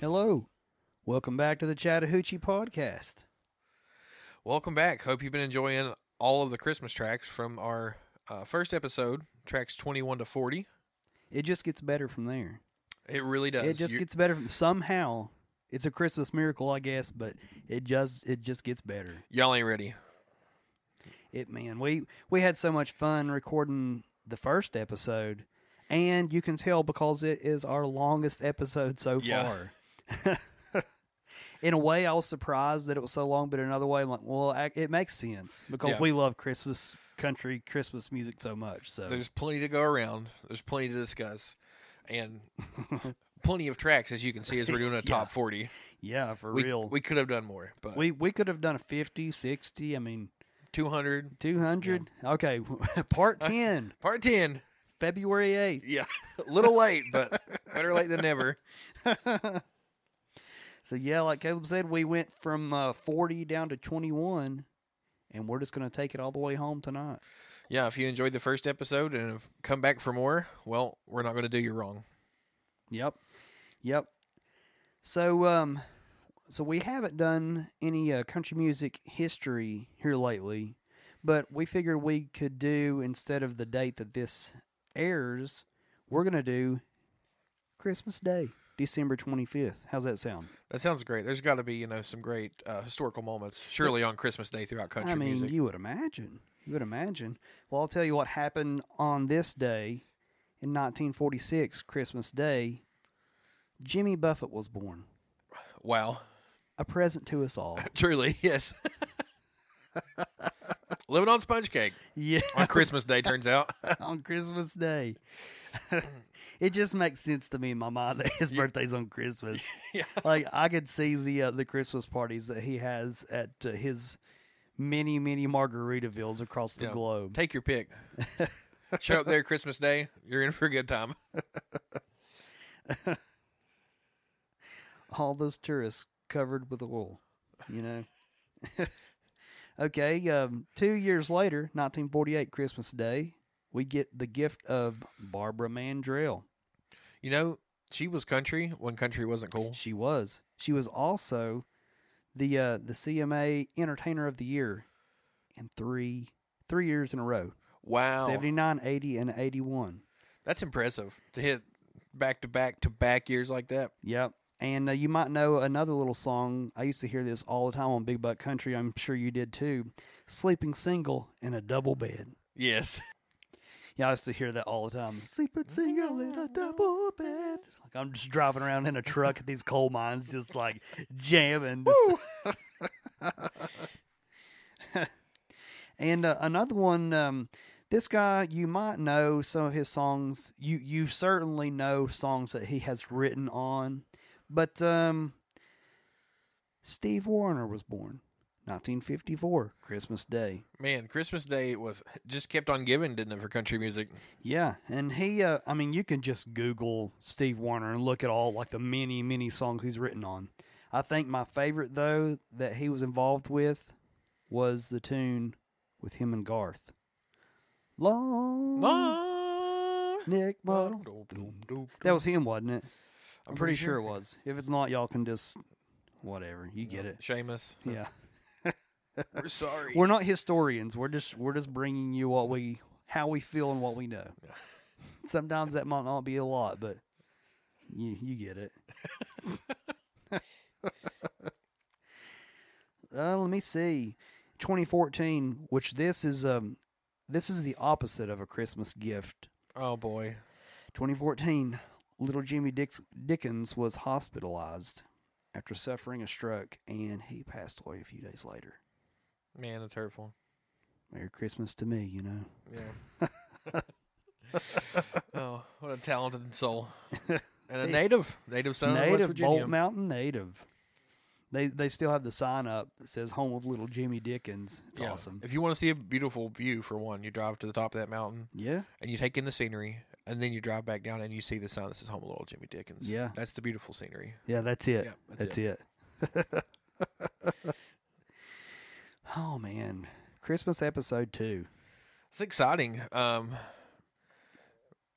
Hello. Welcome back to the Chattahoochee Podcast. Welcome back. Hope you've been enjoying all of the Christmas tracks from our uh, first episode, tracks 21 to 40. It just gets better from there. It really does. It just You- gets better from somehow. It's a Christmas miracle, I guess, but it just it just gets better. y'all ain't ready. It man, we we had so much fun recording the first episode, and you can tell because it is our longest episode so Yeah. far. In a way, I was surprised that it was so long, but in another way, I'm like, well, ac- it makes sense because Yeah. we love Christmas country, Christmas music so much. So There's plenty to go around. There's plenty to discuss, and plenty of tracks as you can see as we're doing a top Yeah. 40. yeah, for We, real, we could have done more, but we we could have done a 50, 60, I mean, 200 two hundred. Okay, part ten, part 10. February eighth. Yeah, a little late, but better late than never. So yeah, like Caleb said, we went from uh, forty down to twenty one, and we're just gonna take it all the way home tonight. Yeah, if you enjoyed the first episode and have come back for more, well, we're not going to do you wrong. Yep, yep. So um, so we haven't done any uh, country music history here lately, but we figured we could do instead of the date that this airs, we're gonna do Christmas Day, December twenty fifth. How's that sound? That sounds great. There's got to be, you know, some great uh, historical moments, surely on Christmas Day throughout country I mean, music. you would imagine. You would imagine. Well, I'll tell you what happened on this day in 1946, Christmas Day. Jimmy Buffett was born. Wow. A present to us all. Truly, yes. Living on sponge cake Yeah, on Christmas Day turns out. on Christmas Day. it just makes sense to me in my mind that his birthday's on Christmas. Yeah. Like I could see the uh, the Christmas parties that he has at uh, his many many Margaritavilles across the Yeah. globe. Take your pick. Show up there Christmas Day. You're in for a good time. all those tourists covered with oil, you know. okay, um, two years later, 1948, Christmas Day, we get the gift of Barbara Mandrell. You know, she was country when country wasn't cool. She was. She was also the uh, the CMA Entertainer of the Year in three three years in a row, Wow. seventy nine, eighty, 79, 80, and 81. That's impressive to hit back to back to back years like that. Yep. And uh, you might know another little song. I used to hear this all the time on Big Buck Country. I'm sure you did too. Sleeping single in a double bed. Yes. Yeah, I used to hear that all the time. Sleeping single in a double bed. Like I'm just driving around in a truck at these coal mines, just like jamming. this- and uh, another one, um, this guy you might know some of his songs. You you certainly know songs that he has written on, but um, Steve Warner was born 1954, Christmas Day. Man, Christmas Day was just kept on giving, didn't it, for country music? Yeah, and he, uh, I mean, you can just Google Steve Warner and look at all like the many, many songs he's written on. I think my favorite though that he was involved with was the tune with him and Garth. Long Nick Bottle. That was him, wasn't it? I'm pretty sure it was. If it's not, y'all can just whatever. You get it. Seamus. Yeah. We're sorry. We're not historians. We're just we're just bringing you what we how we feel and what we know. Sometimes that might not be a lot, but you you get it. uh, let me see. 2014, which this is um this is the opposite of a Christmas gift. oh boy. 2014, little Jimmy Dix- Dickens was hospitalized after suffering a stroke and he passed away a few days later. Man, it's hurtful. Merry Christmas to me, you know. Yeah. oh, what a talented soul. And a Hey. native. Native son of West native Virginia. Bolt Mountain native. They they still have the sign up that says "Home of Little Jimmy Dickens." It's Yeah. awesome. If you want to see a beautiful view for one, you drive to the top of that mountain Yeah, and you take in the scenery and then you drive back down and you see the sign that says Home of Little Jimmy Dickens. Yeah. That's the beautiful scenery. yeah, that's it. Yeah, that's that's it. oh man, Christmas episode two. It's exciting. Um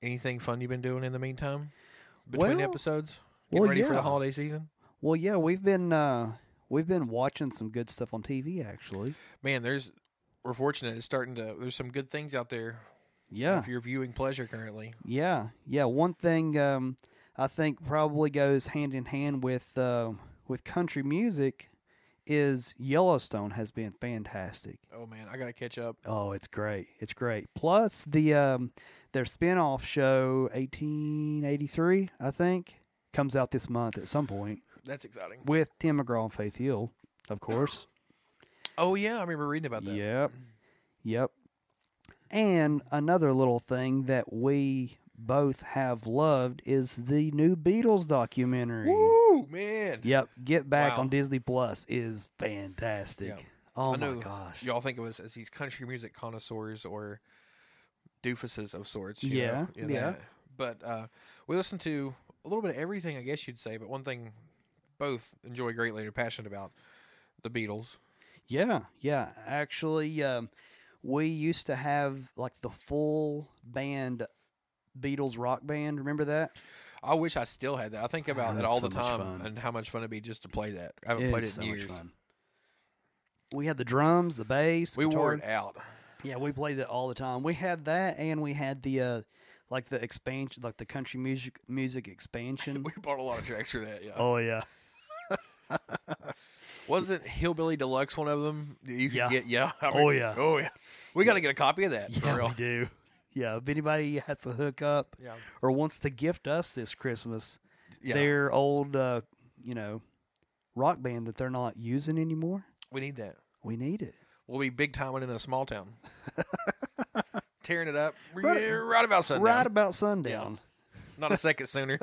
anything fun you've been doing in the meantime? Between Well- episodes? Getting well, ready for yeah. the holiday season? Well, yeah, we've been uh, we've been watching some good stuff on TV actually. Man, there's we're fortunate. It's starting to. There's some good things out there Yeah, if you're viewing pleasure currently. yeah, yeah. One thing um, I think probably goes hand in hand with uh, with country music is Yellowstone has been fantastic. Oh man, I gotta catch up. Oh, it's great. It's great. Plus the um their spin-off show 1883, I think, comes out this month at some point That's exciting. with Tim McGraw and Faith Hill, of course. Oh yeah, I remember reading about that. Yep. Yep. And another little thing that we both have loved is the new Beatles documentary. Woo man. Yep, Get Back Wow. on Disney Plus is fantastic. Yeah. Oh I know my gosh. Y'all think of us as these country music connoisseurs or doofuses of sorts. you Yeah, know, in yeah. that. But uh, we listen to a little bit of everything, I guess you'd say. But one thing both enjoy greatly and are passionate about the Beatles. Yeah, yeah. Actually, um, we used to have like the full band Beatles rock band. Remember that? I wish I still had that. I think about Oh, that that's all so the much time fun. and how much fun it'd be just to play that. I haven't played it It's in so much years. fun. We had the drums, the bass. We wore it guitar. out. Yeah, we played it all the time. We had that, and we had the uh, like the expansion, like the country music music expansion. We bought a lot of tracks for that. Yeah. oh yeah, Wasn't Hillbilly Deluxe one of them? that You could Yeah. get yeah. I Oh, mean, yeah. Oh yeah. We got to get a copy of that. yeah, for we real. do. Yeah, if anybody has to hook up Yeah. or wants to gift us this Christmas, Yeah. their old, uh, you know, rock band that they're not using anymore. We need that. We need it. We'll be big timing in a small town. Tearing it up Right- right, right about sundown. Right about sundown. Not a second sooner.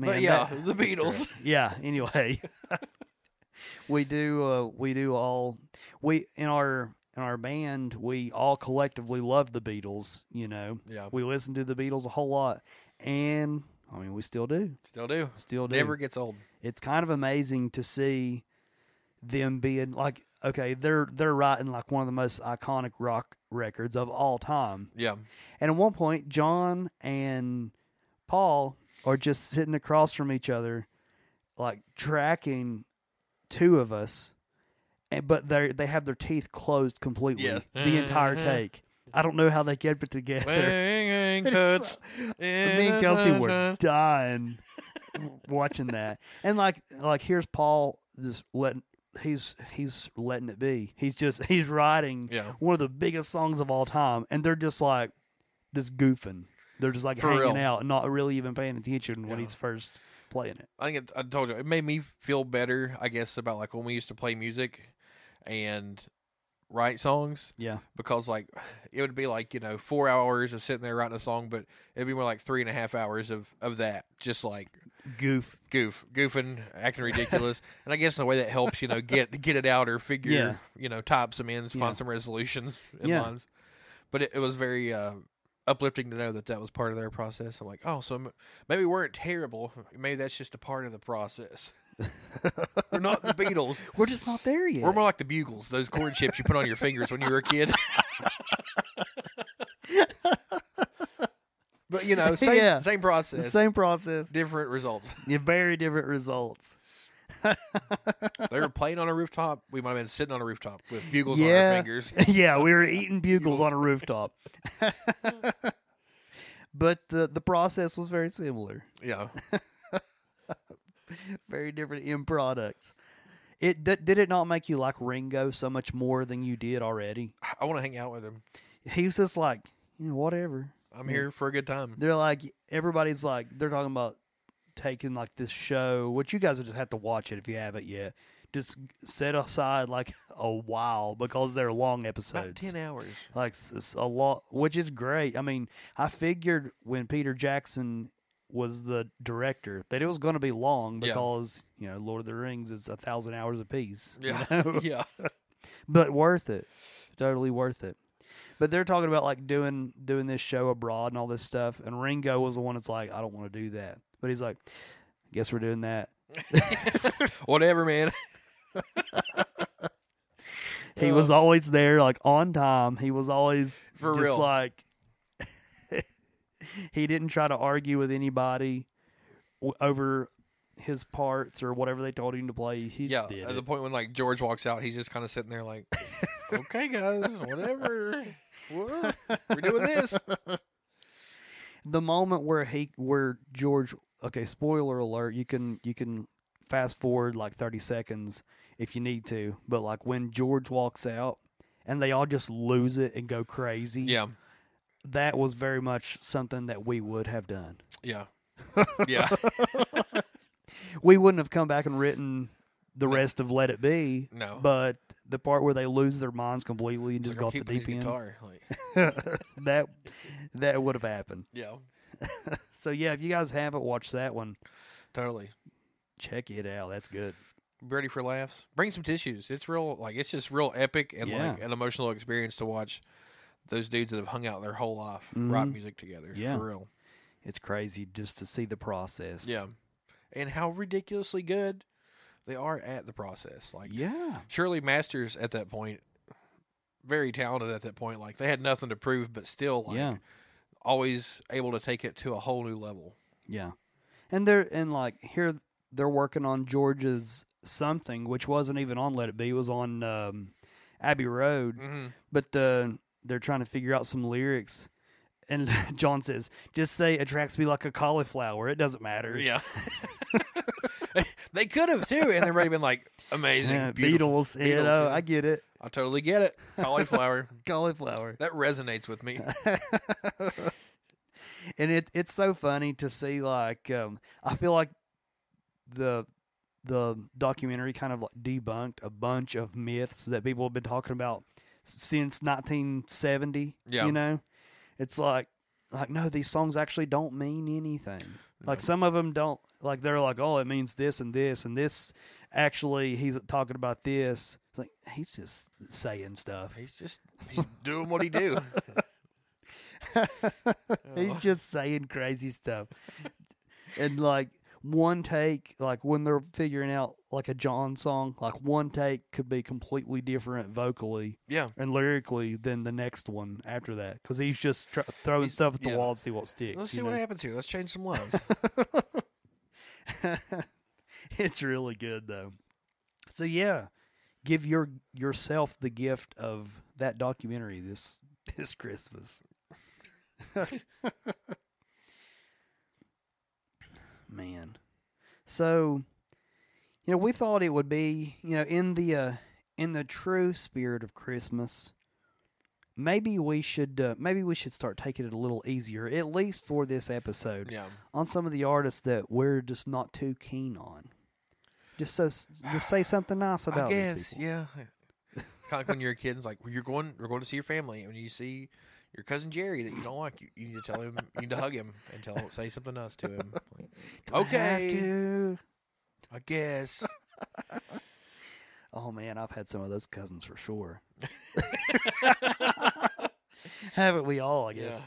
Man, but yeah, that- the Beatles. yeah. Anyway, we do. Uh, we do all. We in our in our band. We all collectively love the Beatles. You know, Yeah, we listen to the Beatles a whole lot, and I mean, we still do. still do. Still do. Never gets old. it's kind of amazing to see them being like okay they're they're writing like one of the most iconic rock records of all time Yeah. and at one point john and paul are just sitting across from each other like tracking two of us and but they they have their teeth closed completely Yeah. the entire Mhm. take i don't know how they kept it together Wing It's cuts. me and Kelsey were dying watching that. And like like here's Paul just letting he's he's letting it be. He's just he's writing Yeah. one of the biggest songs of all time and they're just like just goofing. They're just like For hanging real. out and not really even paying attention when Yeah. he's first playing it. I think it, I told you it made me feel better. I guess about like when we used to play music and write songs Yeah. because like it would be like you know four hours of sitting there writing a song, but it'd be more like three and a half hours of of that just like Goof. goof, goofing, acting ridiculous, and I guess in a way that helps you know get get it out or figure Yeah. you know type some ends, Yeah. find some resolutions in Yeah. lines. But it, it was very uh, uplifting to know that that was part of their process. I'm like, oh, so m- maybe we weren't terrible. Maybe that's just a part of the process. We're not the Beatles. We're just not there yet. We're more like the bugles, those corn chips you put on your fingers when you were a kid. but you know, same Yeah. same the process, same process. different results. Yeah, very different results. they were playing on a rooftop. We might have been sitting on a rooftop with bugles on Yeah. our fingers. yeah, we were eating bugles on a rooftop. but the the process was very similar. Yeah. Very different end products. It d- did it not make you like Ringo so much more than you did already? I want to hang out with him. He was just like, you know, whatever. I'm here for a good time. They're like everybody's like they're talking about taking like this show, which you guys will just have to watch it if you haven't yet. Just set aside like a while because they're long About episodes. 10 hours. like s- s- a lot, which is great. I mean, I figured when Peter Jackson was the director that it was going to be long Yeah. because you know Lord of the Rings is a thousand hours apiece. you Yeah. know? Yeah. but worth it, totally worth it. But they're talking about like doing doing this show abroad and all this stuff, and Ringo was the one that's like, I don't want to do that, but he's like, guess we're doing that. Whatever, man. He Uh, was always there, like on time. He was always For just real. like he didn't try to argue with anybody w- over his parts or whatever they told him to play. He yeah, did at it. the point when like George walks out, he's just kind of sitting there like, "Okay, guys, whatever, Wha- we're doing this." the moment where he where George okay spoiler alert you can you can fast forward like 30 seconds if you need to but like when George walks out and they all just lose it and go crazy Yeah, that was very much something that we would have done yeah, yeah. we wouldn't have come back and written the No. rest of let it be No, but the part where they lose their minds completely and Oh. It's just like, I'm go off the keeping his deep end guitar. Like, that that would have happened yeah, so yeah if you guys haven't watched that one totally. check it out that's good Ready for laughs? Bring some tissues. It's real, like it's just real epic and like Yeah. an emotional experience to watch those dudes that have hung out their whole life rock Mhm. music together. Yeah. for real. it's crazy just to see the process. Yeah, and how ridiculously good they are at the process. Like, Yeah. Shirley Masters at that point, very talented at that point. Like they had nothing to prove, but still, like yeah. always able to take it to a whole new level. Yeah. And they're and like here they're working on George's something which wasn't even on Let It Be, it was on um, Abbey Road, Mm-hmm. but uh, they're trying to figure out some lyrics. And John says, "Just say attracts me like a cauliflower. It doesn't matter." Yeah, they could have too, and they would have been like amazing. Yeah, beautiful. Beatles, you Beatles, know, yeah. I get it. I totally get it. Cauliflower Cauliflower. that resonates with me. and it it's so funny to see like um, I feel like the the documentary kind of like debunked a bunch of myths that people have been talking about s- since 1970. Yeah. you know, it's like like no, these songs actually don't mean anything. Like No. some of them don't. Like they're like, oh, it means this and this and this. Actually, he's talking about this. It's like he's just saying stuff. He's just he's doing what he do. He's Oh, just saying crazy stuff. and like one take, like when they're figuring out like a John song, like one take could be completely different vocally yeah, and lyrically than the next one after that because he's just tr- throwing He's- stuff at the yeah. wall to see what sticks. let's you see what know? happens here. Let's change some lines. it's really good though. So yeah, give your yourself the gift of that documentary this this Christmas. Man. So you know, we thought it would be, you know, in the uh in the true spirit of Christmas, maybe we should uh, maybe we should start taking it a little easier at least for this episode yeah, on some of the artists that we're just not too keen on. Just so, just say something nice about. I these guess. people. Yeah, kind of when you're a kid, it's like well, you're going, you're going to see your family, and when you see your cousin Jerry that you don't like, you, you need to tell him, you need to hug him and tell, say something nice to him. Like, Do I have Okay. to? I guess. Oh man, I've had some of those cousins for sure. Haven't we all? I guess.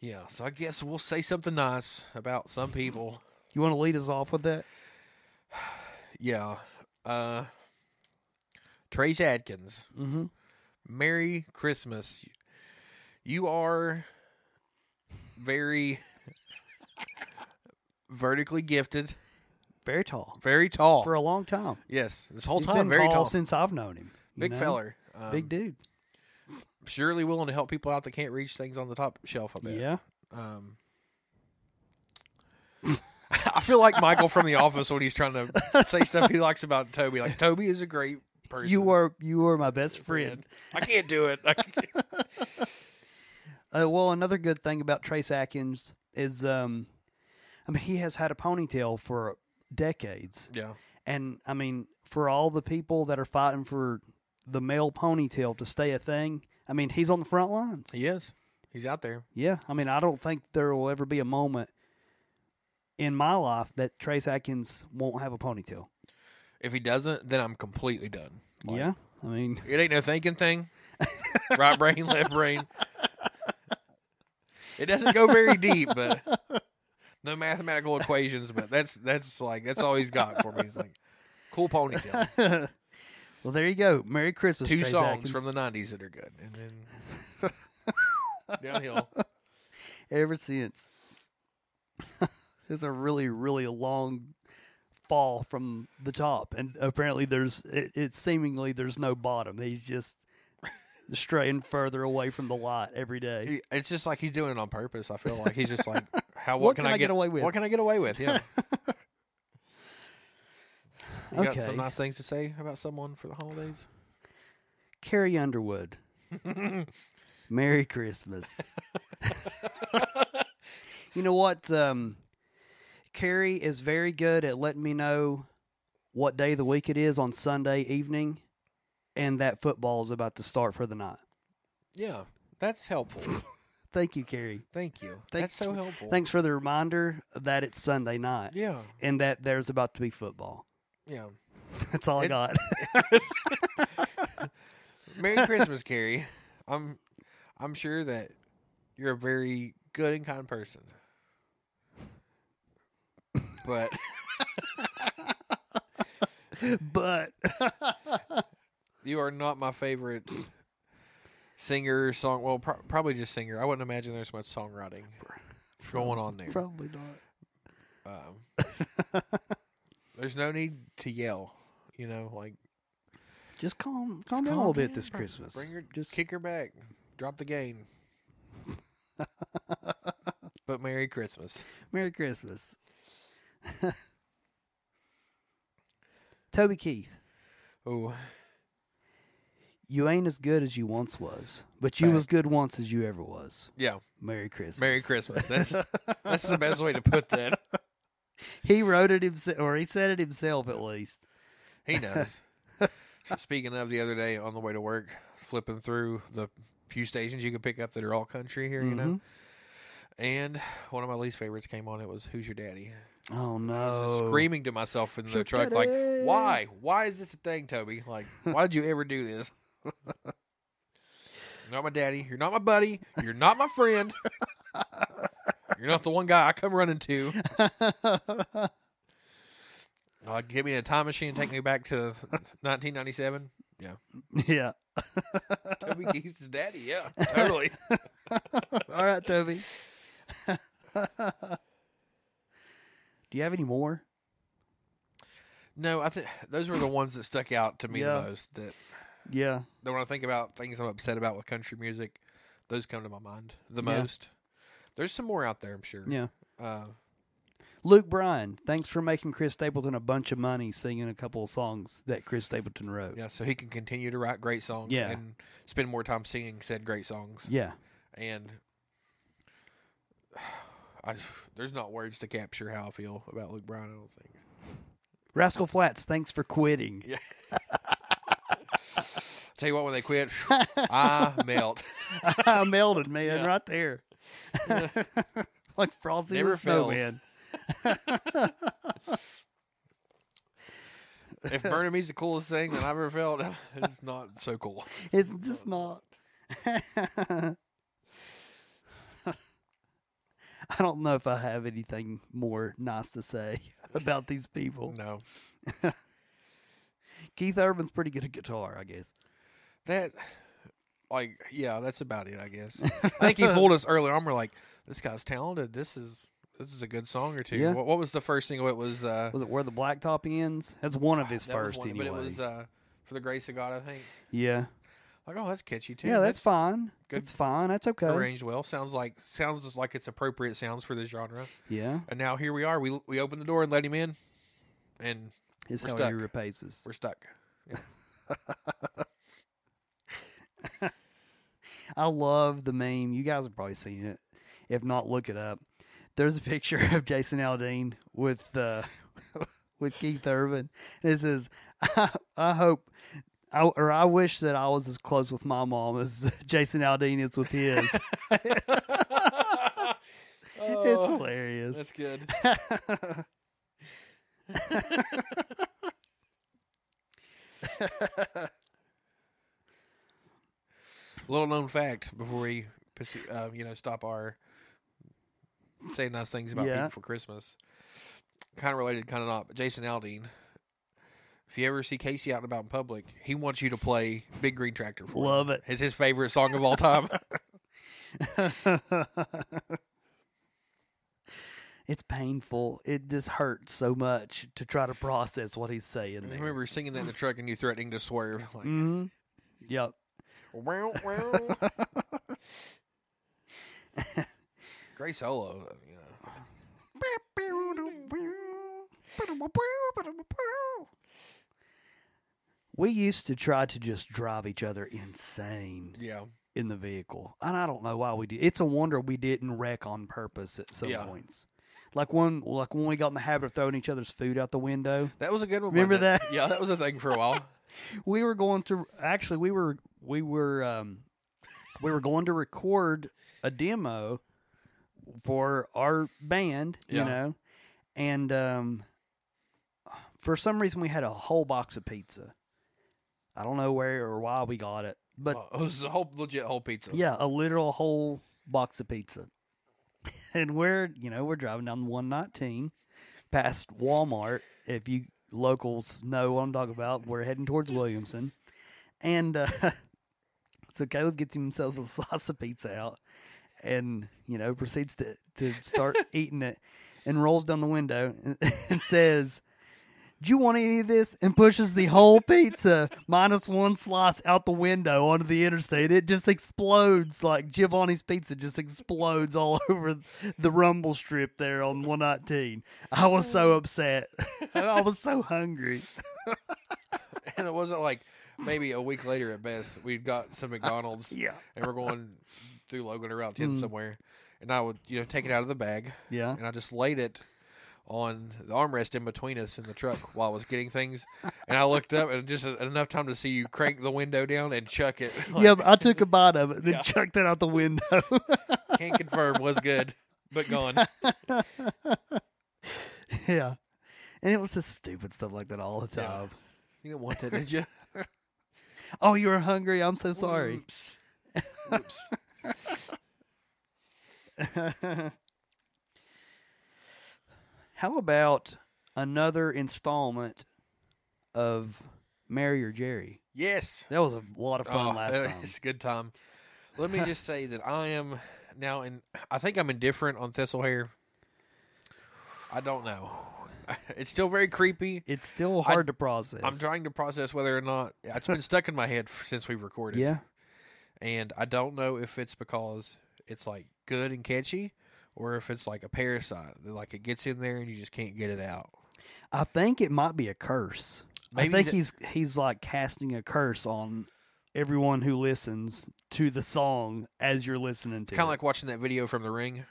Yeah, so I guess we'll say something nice about some people. You want to lead us off with that? Yeah. Uh Trace Adkins, Mm-hmm. Merry Christmas. You are very vertically gifted, Very tall very tall. for a long time. yes, this whole He's time been very tall tall. since I've known him. you Big know? feller. Um, big dude. surely willing to help people out that can't reach things on the top shelf, I bet. Yeah. Um, I feel like Michael from The Office when he's trying to say stuff he likes about Toby. Like Toby is a great person. You are you are my best friend. I can't do it. I can't. Uh, well, another good thing about Trace Atkins is, um, I mean, he has had a ponytail for decades, Yeah, and I mean, for all the people that are fighting for the male ponytail to stay a thing, I mean, he's on the front lines. he is. He's out there. Yeah, I mean, I don't think there will ever be a moment in my life that Trace Atkins won't have a ponytail. If he doesn't, then I'm completely done. Like, yeah, I mean, it ain't no thinking thing. right brain, left brain. It doesn't go very deep, but no mathematical equations. But that's that's like that's all he's got for me. He's like cool ponytail. well, there you go. Merry Christmas, two Trace songs Atkins. from the '90s that are good, and then downhill. ever since. it's a really, really long fall from the top, and apparently there's it, it seemingly there's no bottom. He's just straying further away from the light every day. He- It's just like he's doing it on purpose. I feel like he's just like, how what, What can I get away with? What can I get away with? Yeah. you got Okay. some nice things to say about someone for the holidays? Carrie Underwood, Merry Christmas. you know what? Um, Carrie is very good at letting me know what day of the week it is on Sunday evening, and that football is about to start for the night. yeah, that's helpful. Thank you, Carrie. Thank you. Thanks- that's so helpful. Thanks for the reminder that it's Sunday night Yeah, and that there's about to be football. yeah. That's all I It- got. Merry Christmas, Carrie. I'm, I'm sure that you're a very good and kind person, but but you are not my favorite singer song. Well, pro- probably just singer. I wouldn't imagine there's much songwriting going on there. probably not. Um, there's no need to yell. You know, like Just calm, Just calm down a little bit down, this bro. Christmas. Bring her, Just kick her back, drop the game. but Merry Christmas. Merry Christmas. Toby Keith, Oh, you ain't as good as you once was, but you was good once as you ever was. yeah, Merry Christmas. Merry Christmas. That's that's the best way to put that. He wrote it himself, or he said it himself at least. He knows. Speaking of the other day on the way to work, flipping through the few stations you can pick up that are all country here, you know. Mm-hmm. And one of my least favorites came on. It was "Who's Your Daddy." Oh I was just no! screaming to myself in the Your truck, like, daddy. "Why? Why is this a thing, Toby? Like, why did you ever do this?" You're not my daddy. You're not my buddy. You're not my friend. You're not the one guy I come running to. Uh, give me a time machine and take me back to 1997. yeah. Toby Keith's daddy. Yeah, totally. All right, Toby. Do you have any more? No, I think those were the ones that stuck out to me Yeah. the most. That, Yeah. that when I think about things I'm upset about with country music, those come to my mind the Yeah. most. There's some more out there, I'm sure. Yeah. Uh, Luke Bryan, thanks for making Chris Stapleton a bunch of money singing a couple of songs that Chris Stapleton wrote. yeah, so he can continue to write great songs Yeah. and spend more time singing said great songs. Yeah. And I, there's not words to capture how I feel about Luke Bryan. I don't think. Rascal Flats, thanks for quitting. Tell you what, when they quit, phew, I melt. I melted, man, Yeah. right there. like Frosty Never the fails. Snowman. If burning me's the coolest thing that I've ever felt, it's not so cool. It's just not. I don't know if I have anything more nice to say about these people. No, Keith Urban's pretty good at guitar, I guess. that like yeah that's about it i guess i think he fooled us early on we're like this guy's talented this is this is a good song or two Yeah. what, what was the first single it was uh Was it Where the Blacktop Ends? That's one of his Ah, that was first, one, anyway. but it was uh for the grace of god i think yeah. like oh that's catchy too Yeah, that's, fine. good That's fine. That's okay. arranged well sounds like sounds like it's appropriate sounds for this genre Yeah. and now here we are we we open the door and let him in and Is We're how stuck. he repays us. we're stuck I love the meme. You guys have probably seen it. If not, look it up. There's a picture of Jason Aldean with uh, with Keith Urban. And it says, I, I hope, I, or I wish that I was as close with my mom as Jason Aldean is with his. it's Oh, hilarious. that's good Little known fact before we, pursue- uh, you know, stop our saying nice things about Yeah. people for Christmas. Kind of related, kind of not. But Jason Aldean, if you ever see Casey out and about in public, he wants you to play Big Green Tractor for him. Love it. It's his favorite song of all time. it's painful. It just hurts so much to try to process what he's saying. I There. remember singing that in the truck and you threatening to swerve. Like, hmm Yep. wow, wow. Great solo, you know. We used to try to just drive each other insane Yeah. in the vehicle, and I don't know why we did. It's a wonder we didn't wreck on purpose at some Yeah. points. Like when, like when we got in the habit of throwing each other's food out the window. That was a good one. Remember wasn't it? Yeah, that was a thing for a while. we were going to actually we were we were um we were going to record a demo for our band you Yeah. know and um for some reason we had a whole box of pizza i don't know where or why we got it but Oh, it was a whole legit whole pizza. yeah, a literal whole box of pizza. And we're, you know, we're driving down 119 past Walmart. If you locals know what I'm talking about, we're heading towards Williamson. And uh, so Caleb gets himself a slice of pizza out and, you know, proceeds to, to start eating it and rolls down the window and, and says, do you want any of this? And pushes the whole pizza minus one slice out the window onto the interstate. It just explodes like Giovanni's pizza just explodes all over the rumble strip there on 119. I was so upset. I was so hungry. And it wasn't like maybe a week later at best, we'd got some McDonald's Yeah. and we're going through Logan or Route 10 Mm. somewhere. And I would, you know, take it out of the bag Yeah. and I just laid it on the armrest in between us in the truck while I was getting things. And I looked up and just enough time to see you crank the window down and chuck it. Like, yeah, but I took a bite of it and then Yeah. chucked it out the window. Can't confirm was good, but gone. yeah. And it was just stupid stuff like that all the Yeah. time. You didn't want that, did you? Oh, you were hungry. I'm so sorry. Whoops. Whoops. How about another installment of Mary or Jerry? Yes. That was a lot of fun Oh, last that- time. It's a good time. Let me just say that I am now in. I think I'm indifferent on Thistle Hair. I don't know. It's still very creepy. It's still hard to process. I'm trying to process whether or not it's been stuck in my head f- since we recorded. yeah, and I don't know if it's because it's like good and catchy, or if it's like a parasite that like it gets in there and you just can't get it out. I think it might be a curse. I Maybe think that- he's he's like casting a curse on everyone who listens to the song as you're listening to. Kind of it. like watching that video from The Ring.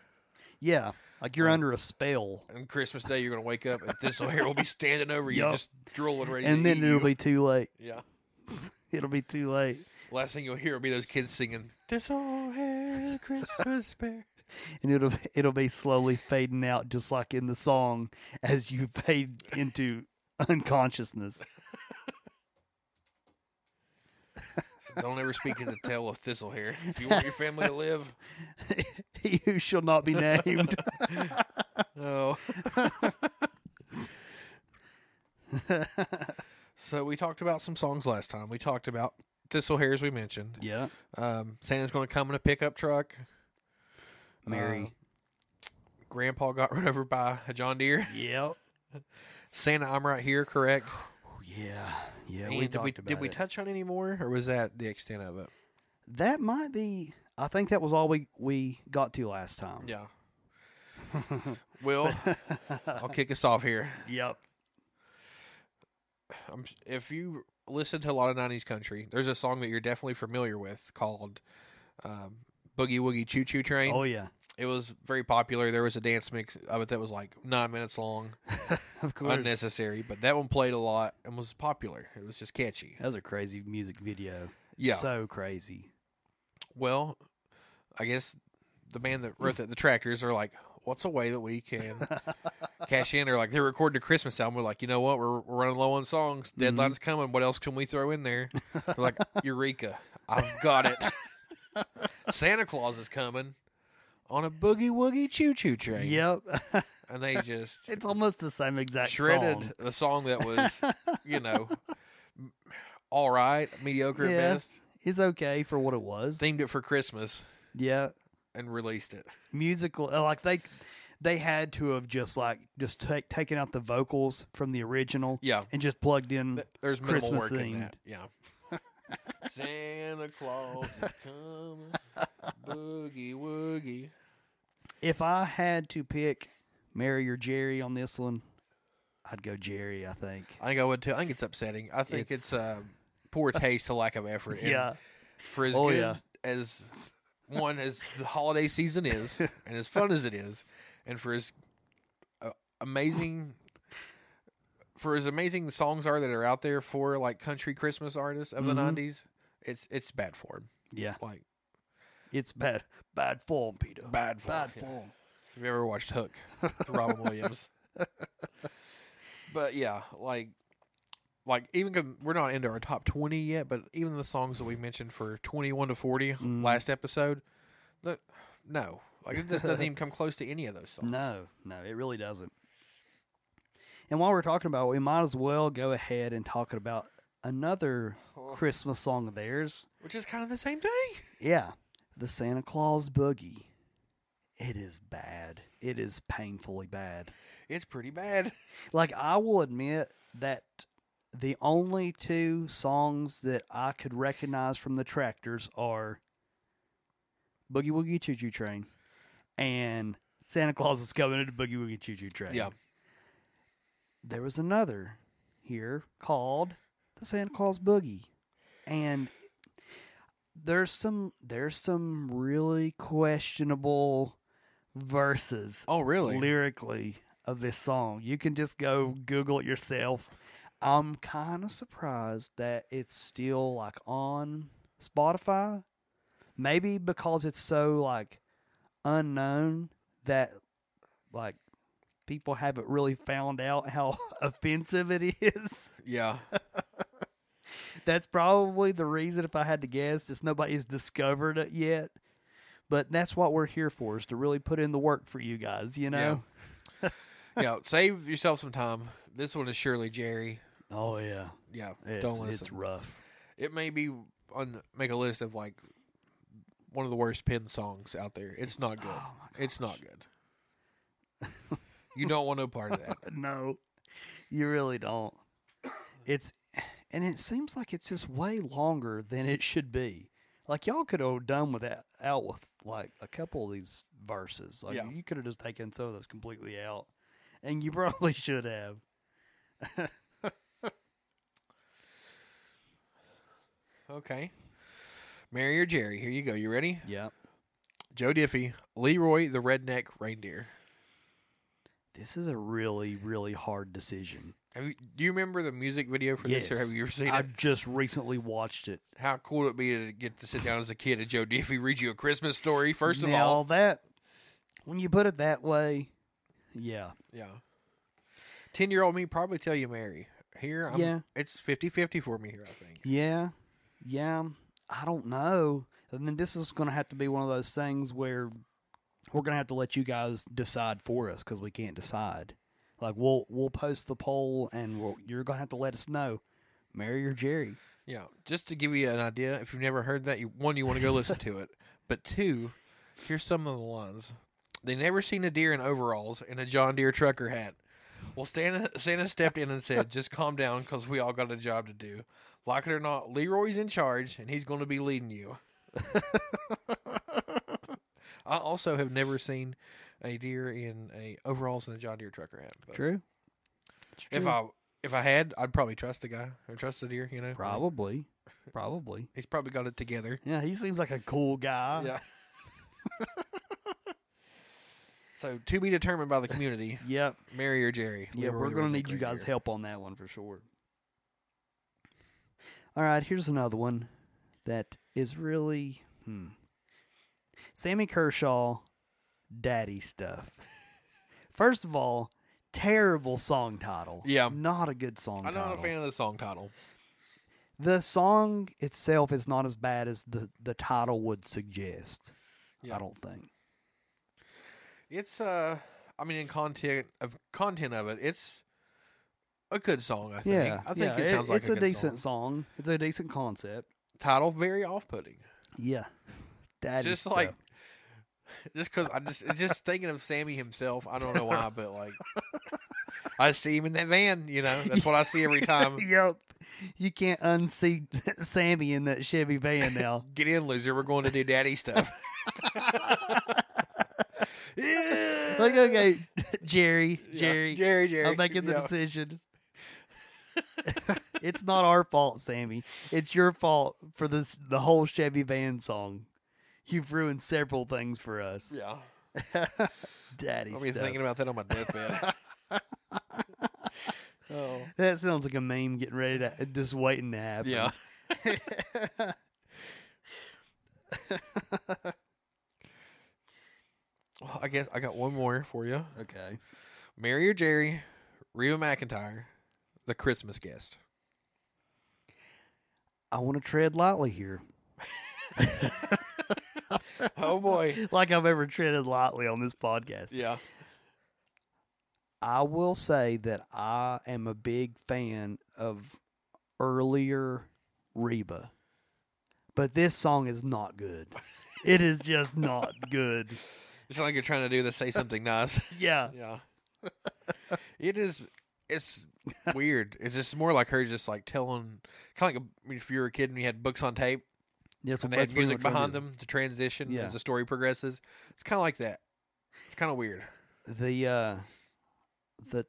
yeah, like you're Um, under a spell, On Christmas Day, you're gonna wake up and Thistle Hair will be standing over you, Yup. just drooling ready. and to then eat it'll you. be too late. yeah. It'll be too late. Last thing you'll hear will be those kids singing Thistle Hair Christmas Bear. and it'll it'll be slowly fading out just like in the song as you fade into unconsciousness So don't ever speak of the tale of Thistle Hair. If you want your family to live, he who shall not be named oh. So we talked about some songs last time. We talked about Thistle Hair as we mentioned. yeah Um, Santa's going to come in a pickup truck. Um, mary Grandpa got run over by a John Deere. yep Santa, I'm right here. Correct. Oh, yeah yeah And we did talked we about did we it. touch on any more, or was that the extent of it? that might be i think that was all we we got to last time Yeah. well, uh, I'll kick us off here. yep i if you listen to a lot of '90s country, there's a song that you're definitely familiar with called um, "Boogie Woogie Choo Choo Train." oh yeah It was very popular. There was a dance mix of it that was like nine minutes long, of course unnecessary, but that one played a lot and was popular. It was just catchy. that was a crazy music video Yeah. so crazy well, I guess the band that wrote that, the Tractors, are like, what's a way that we can cash in? Or like they're recording a Christmas album. We're like, you know what? We're, we're running low on songs. Mm-hmm. Deadline's coming. What else can we throw in there? They're like, Eureka! I've got it. Santa Claus is coming on a boogie woogie choo choo train. yep and they just it's almost the same exact shredded song. the song that was, you know, m- all right, mediocre Yeah. at best. it's okay for what it was Themed it for Christmas. yeah and released it. musical uh, like they they had to have just like just take taken out the vocals from the original Yeah. and just plugged in Th- There's minimal Christmas work in themed. that. Yeah. Santa Claus is coming. Boogie woogie. if I had to pick Mary or Jerry on this one, I'd go Jerry, I think. I think I would too. I think it's upsetting. I think it's, It's- uh, poor taste, a lack of effort. And Yeah. For as Oh, good yeah. as one as the holiday season is, and as fun as it is, and for as uh, amazing. For as amazing the songs are that are out there for like country Christmas artists of the Mhm. '90s, it's it's bad form. Yeah. Like It's bad bad form, Peter. bad form. Bad yeah. form. If you ever watched Hook, with Robin Williams. But yeah, like, like even com- we're not into our top twenty yet, but even the songs that we mentioned for twenty-one to forty Mm. last episode, the, no, like it just doesn't even come close to any of those songs. No, no, it really doesn't. And while we're talking about it, we might as well go ahead and talk about another Christmas song of theirs. which is kind of the same thing. Yeah. The Santa Claus Boogie. It is bad. It is painfully bad. It's pretty bad. Like I will admit that the only two songs that I could recognize from the tractors are Boogie Woogie Choo Choo Train and Santa Claus is coming into Boogie Woogie Choo Choo Train. Yeah, There was another here called the Santa Claus Boogie. And there's some there's some really questionable verses Oh really? lyrically of this song. You can just go Google it yourself. I'm kind of surprised that it's still like on Spotify. Maybe because it's so like unknown that like people haven't really found out how offensive it is. yeah, That's probably the reason if I had to guess, just nobody's discovered it yet. But that's what we're here for is to really put in the work for you guys, you know? yeah. Save yourself some time. This one is surely Jerry. Oh yeah. Yeah, It's, don't listen. it's rough. it may be on make a list of like one of the worst pin songs out there. It's, not good. oh my it's not good. you don't want no part of that. No, you really don't. It's, and it seems like it's just way longer than it should be. Like y'all could have done with that out with like a couple of these verses. Like Yeah. you could have just taken some of those completely out, and you probably should have. Okay. Mary or Jerry, here you go. You ready? Yeah, Joe Diffie, Leroy the Redneck Reindeer. this is a really really hard decision. Have you, do you remember the music video for this, or Yes. have you ever seen I it? just recently watched it. How cool would it be to get to sit down as a kid and Joe Diffie read you a Christmas story? First of now, all, that when you put it that way, yeah, yeah. Ten year old me probably tell you Mary. Here, I'm, Yeah. it's 50-50 for me here. I think. Yeah, yeah. I don't know. I mean, this is going to have to be one of those things where we're going to have to let you guys decide for us because we can't decide. Like we'll we'll post the poll and we'll, you're going to have to let us know, Mary or Jerry. Yeah, just to give you an idea, if you've never heard that, you, one, you want to go listen to it, but two, here's some of the lines. They never seen a deer in overalls and a John Deere trucker hat. Well, Santa, Santa stepped in and said, "Just calm down, cause we all got a job to do. Like it or not, Leroy's in charge, and he's going to be leading you." I also have never seen a deer in a overalls and a John Deere trucker hat. But True. If I if I had, I'd probably trust the guy or trust the deer. You know, probably, probably. He's probably got it together. Yeah, he seems like a cool guy. yeah. so to be determined by the community, Yep. Mary or Jerry. Yeah, Leroy we're the going Redneck to need you guys' Reindeer. help on that one for sure. All right, here's another one that is really hmm. Sammy Kershaw, daddy stuff. First of all, terrible song title. Yeah. not a good song. I'm not title. a fan of the song title. The song itself is not as bad as the the title would suggest. Yeah. I don't think. It's uh, I mean, in content of content of it, it's a good song. I think. Yeah, I yeah, think it sounds like it's a, a, good decent song. song. It's a decent concept. Title very off-putting. Yeah, daddy Just stuff. like Just because I just just thinking of Sammy himself, I don't know why, but like I see him in that van. You know, that's what I see every time. yep. You can't unsee Sammy in that Chevy van now. Get in, loser. We're going to do daddy stuff. Yeah. like, okay, Jerry, Yeah. Jerry, Jerry, Jerry. I'm making the Yeah. decision. it's not our fault, Sammy. It's your fault for this the whole Chevy Van song. You've ruined several things for us, Yeah, Daddy. I'll be stuff. thinking about that on my deathbed. oh, that sounds like a meme getting ready to uh, just waiting to happen. yeah. Well, I guess I got one more for you. Okay. Mary or Jerry, Reba McIntyre, the Christmas guest. I want to tread lightly here, Oh boy. like I've ever treaded lightly on this podcast. Yeah. I will say that I am a big fan of earlier Reba, but this song is not good. It is just not good. It's not like you're trying to do this say something nice. Yeah, Yeah. it is it's weird. It's just more like her just like telling kind of like a, if you were a kid and you had books on tape that's what and they that's had pretty music much what it behind is. them to transition Yeah. as the story progresses. It's kind of like that. It's kind of weird. The uh, the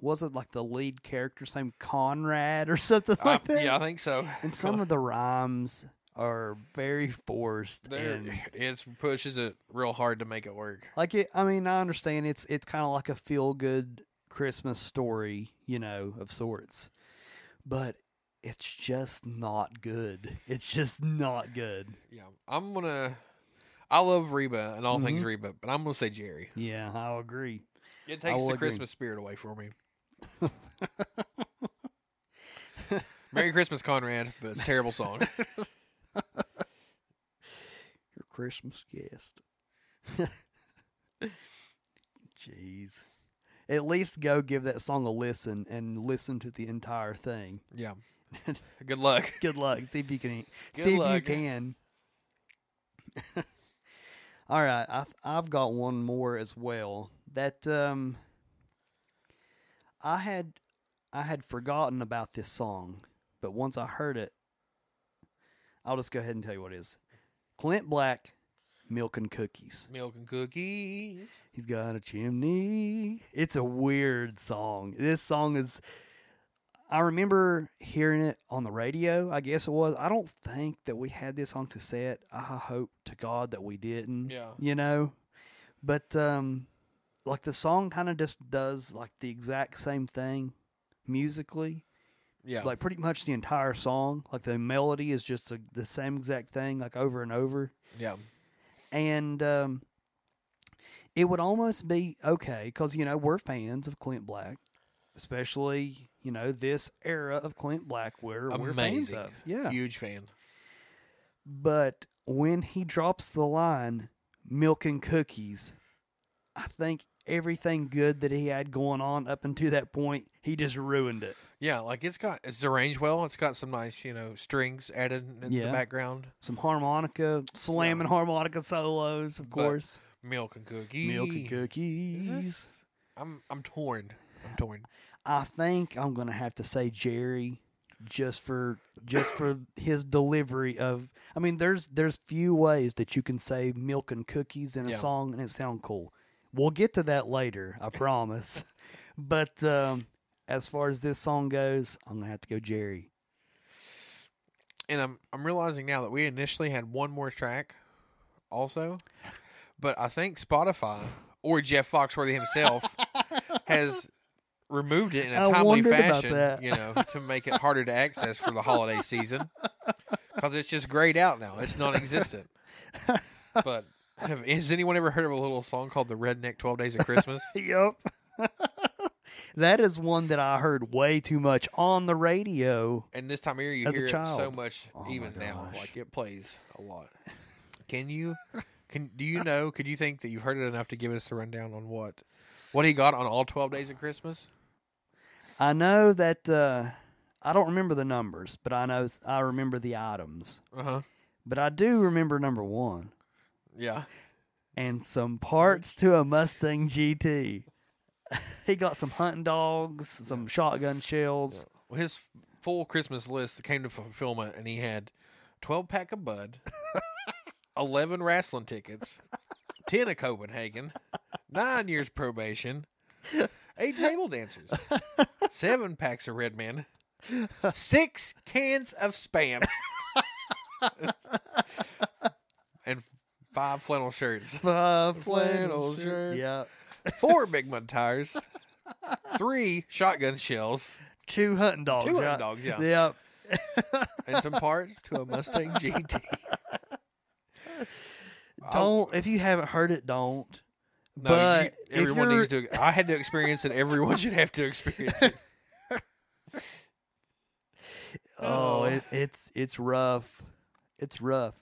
was it like the lead character's name Conrad or something like I, that? yeah, I think so. And some of the rhymes are very forced. There, and it pushes it real hard to make it work. like it i mean i understand it's it's kind of like a feel good christmas story you know of sorts but it's just not good it's just not good Yeah, I'm gonna. I love Reba and all things Mhm. Reba, but I'm gonna say Jerry. yeah i'll agree It I takes will the agree. Christmas spirit away from me. Merry Christmas, Conrad, but it's a terrible song. your christmas guest jeez at least go give that song a listen and listen to the entire thing Yeah. Good luck. good luck. See if you can. Good see luck. if you can. All right, I, th- I've got one more as well. That um, I had I had forgotten about this song, but once I heard it, I'll just go ahead and tell you what it is. Clint Black, Milk and Cookies. Milk and cookies. He's got a chimney. It's a weird song. This song is. I remember hearing it on the radio. I guess it was. I don't think that we had this on cassette. I hope to God that we didn't. Yeah. You know, but um, like the song kind of just does like the exact same thing musically. Yeah. Like pretty much the entire song. Like the melody is just a, the same exact thing, like over and over yeah. and um, it would almost be okay because you know we're fans of Clint Black, especially you know this era of Clint Black where we're fans Amazing. of. Yeah, Huge fan. but when he drops the line "milk and cookies," I think everything good that he had going on up until that point he just ruined it. Yeah, like it's got it's arranged well. It's got some nice, you know, strings added in Yeah. the background. Some harmonica slamming harmonica solos, of But- course. Milk and cookies. Milk and cookies. I'm I'm torn. I'm torn. I think I'm gonna have to say Jerry, just for just for his delivery of. I mean, there's there's few ways that you can say milk and cookies in a Yeah. song and it sound cool. We'll get to that later, I promise. but um, as far as this song goes, I'm gonna have to go Jerry. and I'm I'm realizing now that we initially had one more track, also, but I think Spotify or Jeff Foxworthy himself has removed it in a I timely wondered about fashion, that. you know, to make it harder to access for the holiday season because it's just grayed out now; it's non-existent. But have, has anyone ever heard of a little song called "The Redneck Twelve Days of Christmas"? Yep. that is one that I heard way too much on the radio. And this time of year, you As a hear it so child. much, Oh my even now. gosh. Like it plays a lot. Can you? Can do you know? Could you think that you've heard it enough to give us a rundown on what what he got on all twelve days of Christmas? I know that uh, I don't remember the numbers, but I know I remember the items. Uh huh. But I do remember number one. Yeah. and some parts to a Mustang GT. he got some hunting dogs, some shotgun shells. Well, his full Christmas list came to fulfillment, and he had twelve pack of Bud, eleven wrestling tickets, ten of Copenhagen, nine years probation, eight table dancers, seven packs of Red Man, six cans of Spam, and five flannel shirts, Five Flannel shirts. Yeah. four Big Mud tires, three shotgun shells. Two hunting dogs. Two hunting right? dogs, yeah. Yep. and some parts to a Mustang GT. Oh, Don't if you haven't heard it, don't. no, but you- if everyone you're- needs to. I had to experience it. Everyone should have to experience it. Oh, Oh. it, it's it's rough. It's rough.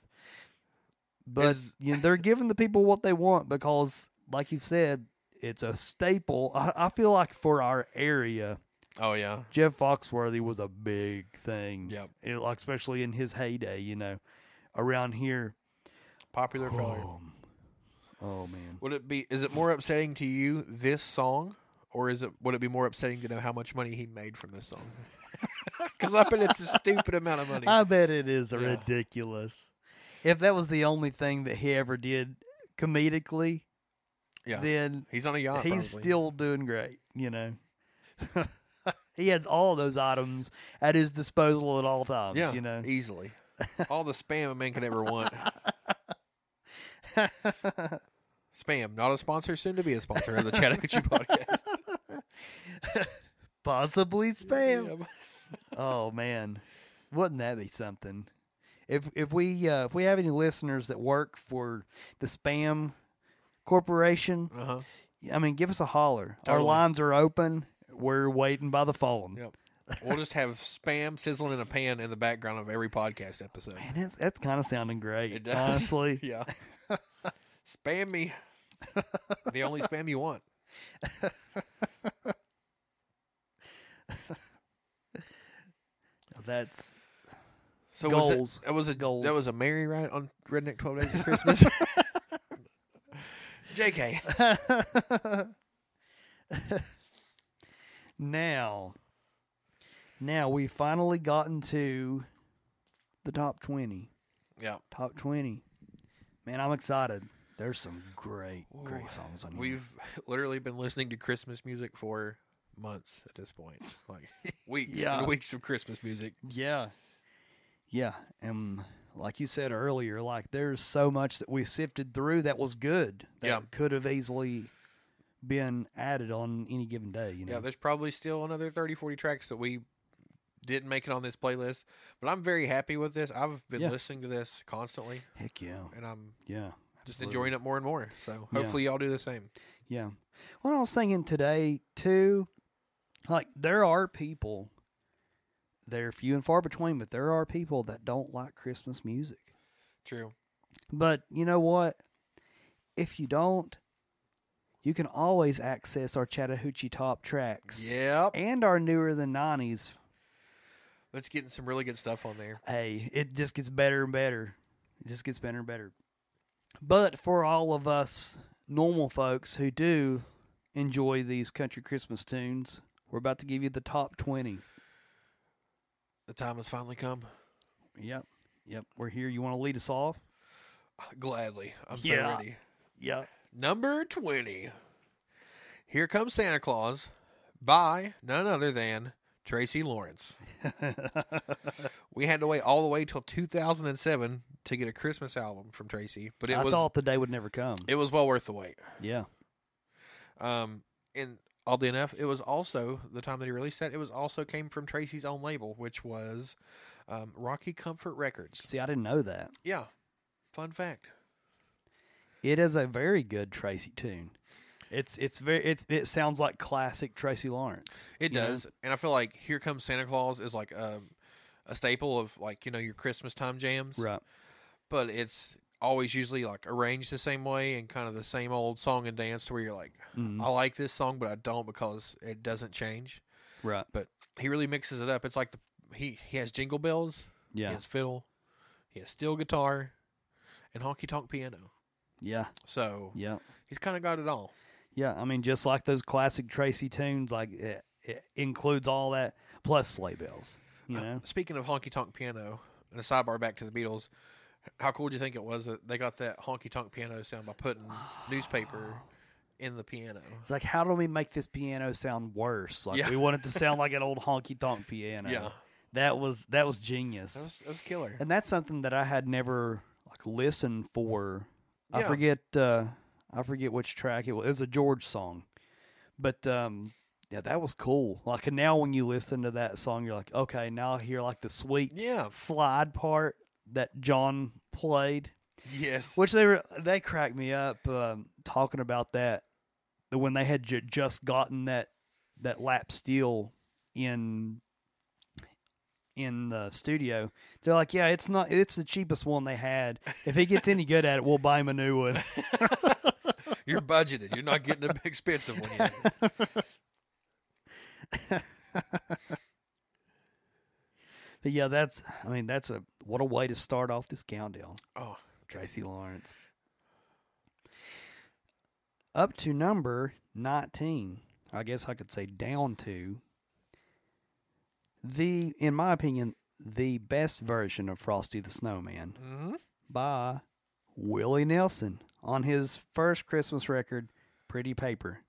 But Is- you know, they're giving the people what they want because, like you said, it's a staple. I, I feel like for our area, Oh yeah, Jeff Foxworthy was a big thing. Yep. It- like, especially in his heyday, you know, around here. popular fella. Um, oh man. Would it be? Is it more upsetting to you this song, or is it? Would it be more upsetting to know how much money he made from this song? Because I bet it's a stupid amount of money. I bet it is Yeah. ridiculous. If that was the only thing that he ever did comedically, yeah, then he's on a yacht. he's probably. still doing great, you know. he has all those items at his disposal at all times, yeah, you know. easily. All the spam a man could ever want. Spam, not a sponsor, soon to be a sponsor of the Chattahoochee podcast. Possibly spam. Oh man. Wouldn't that be something? If if we uh, if we have any listeners that work for the spam corporation, Uh huh. I mean give us a holler. Our Totally. lines are open. We're waiting by the phone. Yep. We'll just have spam sizzling in a pan in the background of every podcast episode. Man, that's that's kind of sounding great. It does. Honestly. Yeah. spam me. The only spam you want. That's So Goals. Was it, that was a Goals. that was a merry ride on Redneck Twelve Days of Christmas. Jk. now, now we've finally gotten to the top 20. Yeah. Top 20. Man, I'm excited. There's some great, Ooh. great songs on here. We've literally been listening to Christmas music for months at this point. Like weeks Yeah. and weeks of Christmas music. yeah. Yeah. And like you said earlier, like there's so much that we sifted through that was good that Yeah. could have easily been added on any given day, you know. Yeah, there's probably still another 30, 40 tracks that we didn't make it on this playlist, but I'm very happy with this. I've been Yeah. listening to this constantly, Heck yeah. and I'm Yeah. just absolutely. enjoying it more and more. So Yeah. hopefully y'all do the same. Yeah. What I was thinking today too, like there are people, they're few and far between, but there are people that don't like Christmas music. True. But you know what? If you don't, you can always access our Chattahoochee top tracks Yep. and our newer than nineties. Let's get in some really good stuff on there. Hey, it just gets better and better. It just gets better and better. But for all of us normal folks who do enjoy these country Christmas tunes, we're about to give you the top 20. The time has finally come. Yep. Yep. We're here. You want to lead us off? Gladly. I'm Yeah. so ready. Yep. Number 20. Here Comes Santa Claus by none other than Tracy Lawrence. we had to wait all the way till 2007 to get a Christmas album from Tracy, but it I was thought the day would never come. it was well worth the wait. yeah. Um, and oddly enough, it was also the time that he released that. It was also came from Tracy's own label, which was um, Rocky Comfort Records. See, I didn't know that. Yeah, fun fact. It is a very good Tracy tune. It's it's very it's it sounds like classic Tracy Lawrence. It you know? does, and I feel like "Here Comes Santa Claus" is like a, a staple of like you know your Christmas time jams, Right. but it's always usually like arranged the same way and kind of the same old song and dance to where you're like, Mhm. I like this song, but I don't because it doesn't change. Right. He really mixes it up. It's like the he he has jingle bells, Yeah. He has fiddle. He has steel guitar and honky tonk piano. Yeah. So Yeah. he's kind of got it all. Yeah. I mean, just like those classic Tracy tunes, like it, it includes all that plus sleigh bells. You Uh, know. Speaking of honky tonk piano, and a sidebar back to the Beatles, h- how cool do you think it was that they got that honky tonk piano sound by putting newspaper in the piano? It's like, how do we make this piano sound worse? Like Yeah. we want it to sound like an old honky tonk piano. Yeah, That was that was genius. that was that was killer. and that's something that I had never like listened for. I Yeah. forget uh I forget which track it was. It was a George song. But um yeah, that was cool. Like and now when you listen to that song you're like, okay, now I hear like the sweet Yeah. slide part that John played. Yes. Which they were they cracked me up um, talking about that when they had ju- just gotten that that lap steel in in the studio. They're like, yeah, it's not it's the cheapest one they had. If he gets any good at it, we'll buy him a new one. You're budgeted. You're not getting an expensive one yet. But yeah, that's I mean that's a what a way to start off this countdown, Oh, Tracy Lawrence. Up to number nineteen, I guess I could say down to the, in my opinion, the best version of Frosty the Snowman. hmm by Willie Nelson on his first Christmas record, Pretty Paper.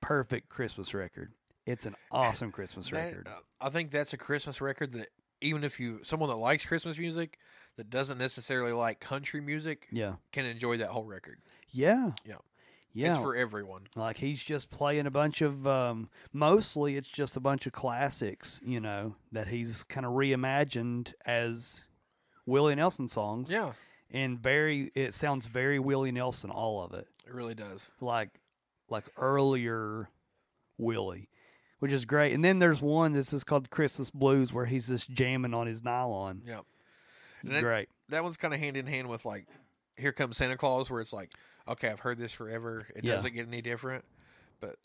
Perfect Christmas record. It's an awesome Christmas record. I think that's a Christmas record that even if you someone that likes Christmas music that doesn't necessarily like country music Yeah. can enjoy that whole record. Yeah. Yeah. Yeah. It's for everyone. like he's just playing a bunch of um mostly it's just a bunch of classics, you know, that he's kind of reimagined as Willie Nelson songs. Yeah, And very it sounds very Willie Nelson all of it. it really does. like like earlier Willie, which is great. And then there's one that's just called Christmas Blues where he's just jamming on his nylon. Yeah. And that- great. that one's kind of hand in hand with like here comes santa claus where it's like okay i've heard this forever it Yeah. doesn't get any different but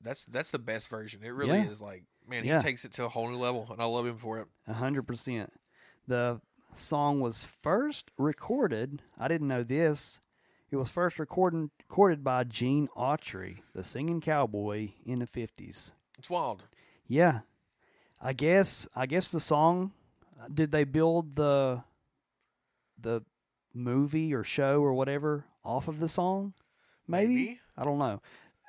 that's that's the best version it really Yeah. is like man Yeah. he takes it to a whole new level and i love him for it A hundred percent. The song was first recorded. I didn't know this. It was first recorded recorded by Gene Autry, the singing cowboy, in the fifties. it's wild Yeah, I guess I guess the song. uh, Did they build the the movie or show or whatever off of the song? Maybe, Maybe. I don't know.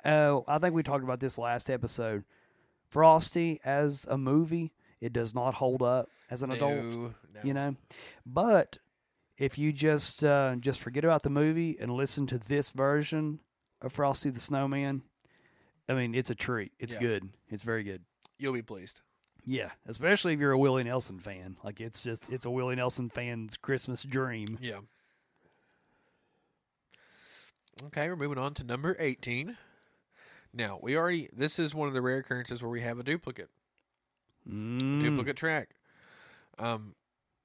Uh, I think we talked about this last episode. Frosty as a movie, it does not hold up as an adult. No, no. You know, but if you just uh, just forget about the movie and listen to this version of Frosty the Snowman, I mean, it's a treat. It's Yeah. good. It's very good. you'll be pleased Yeah, especially if you're a Willie Nelson fan. Like it's just it's a Willie Nelson fan's Christmas dream. yeah okay we're moving on to number 18 now we already this is one of the rare occurrences where we have a duplicate Mm. duplicate track. Um,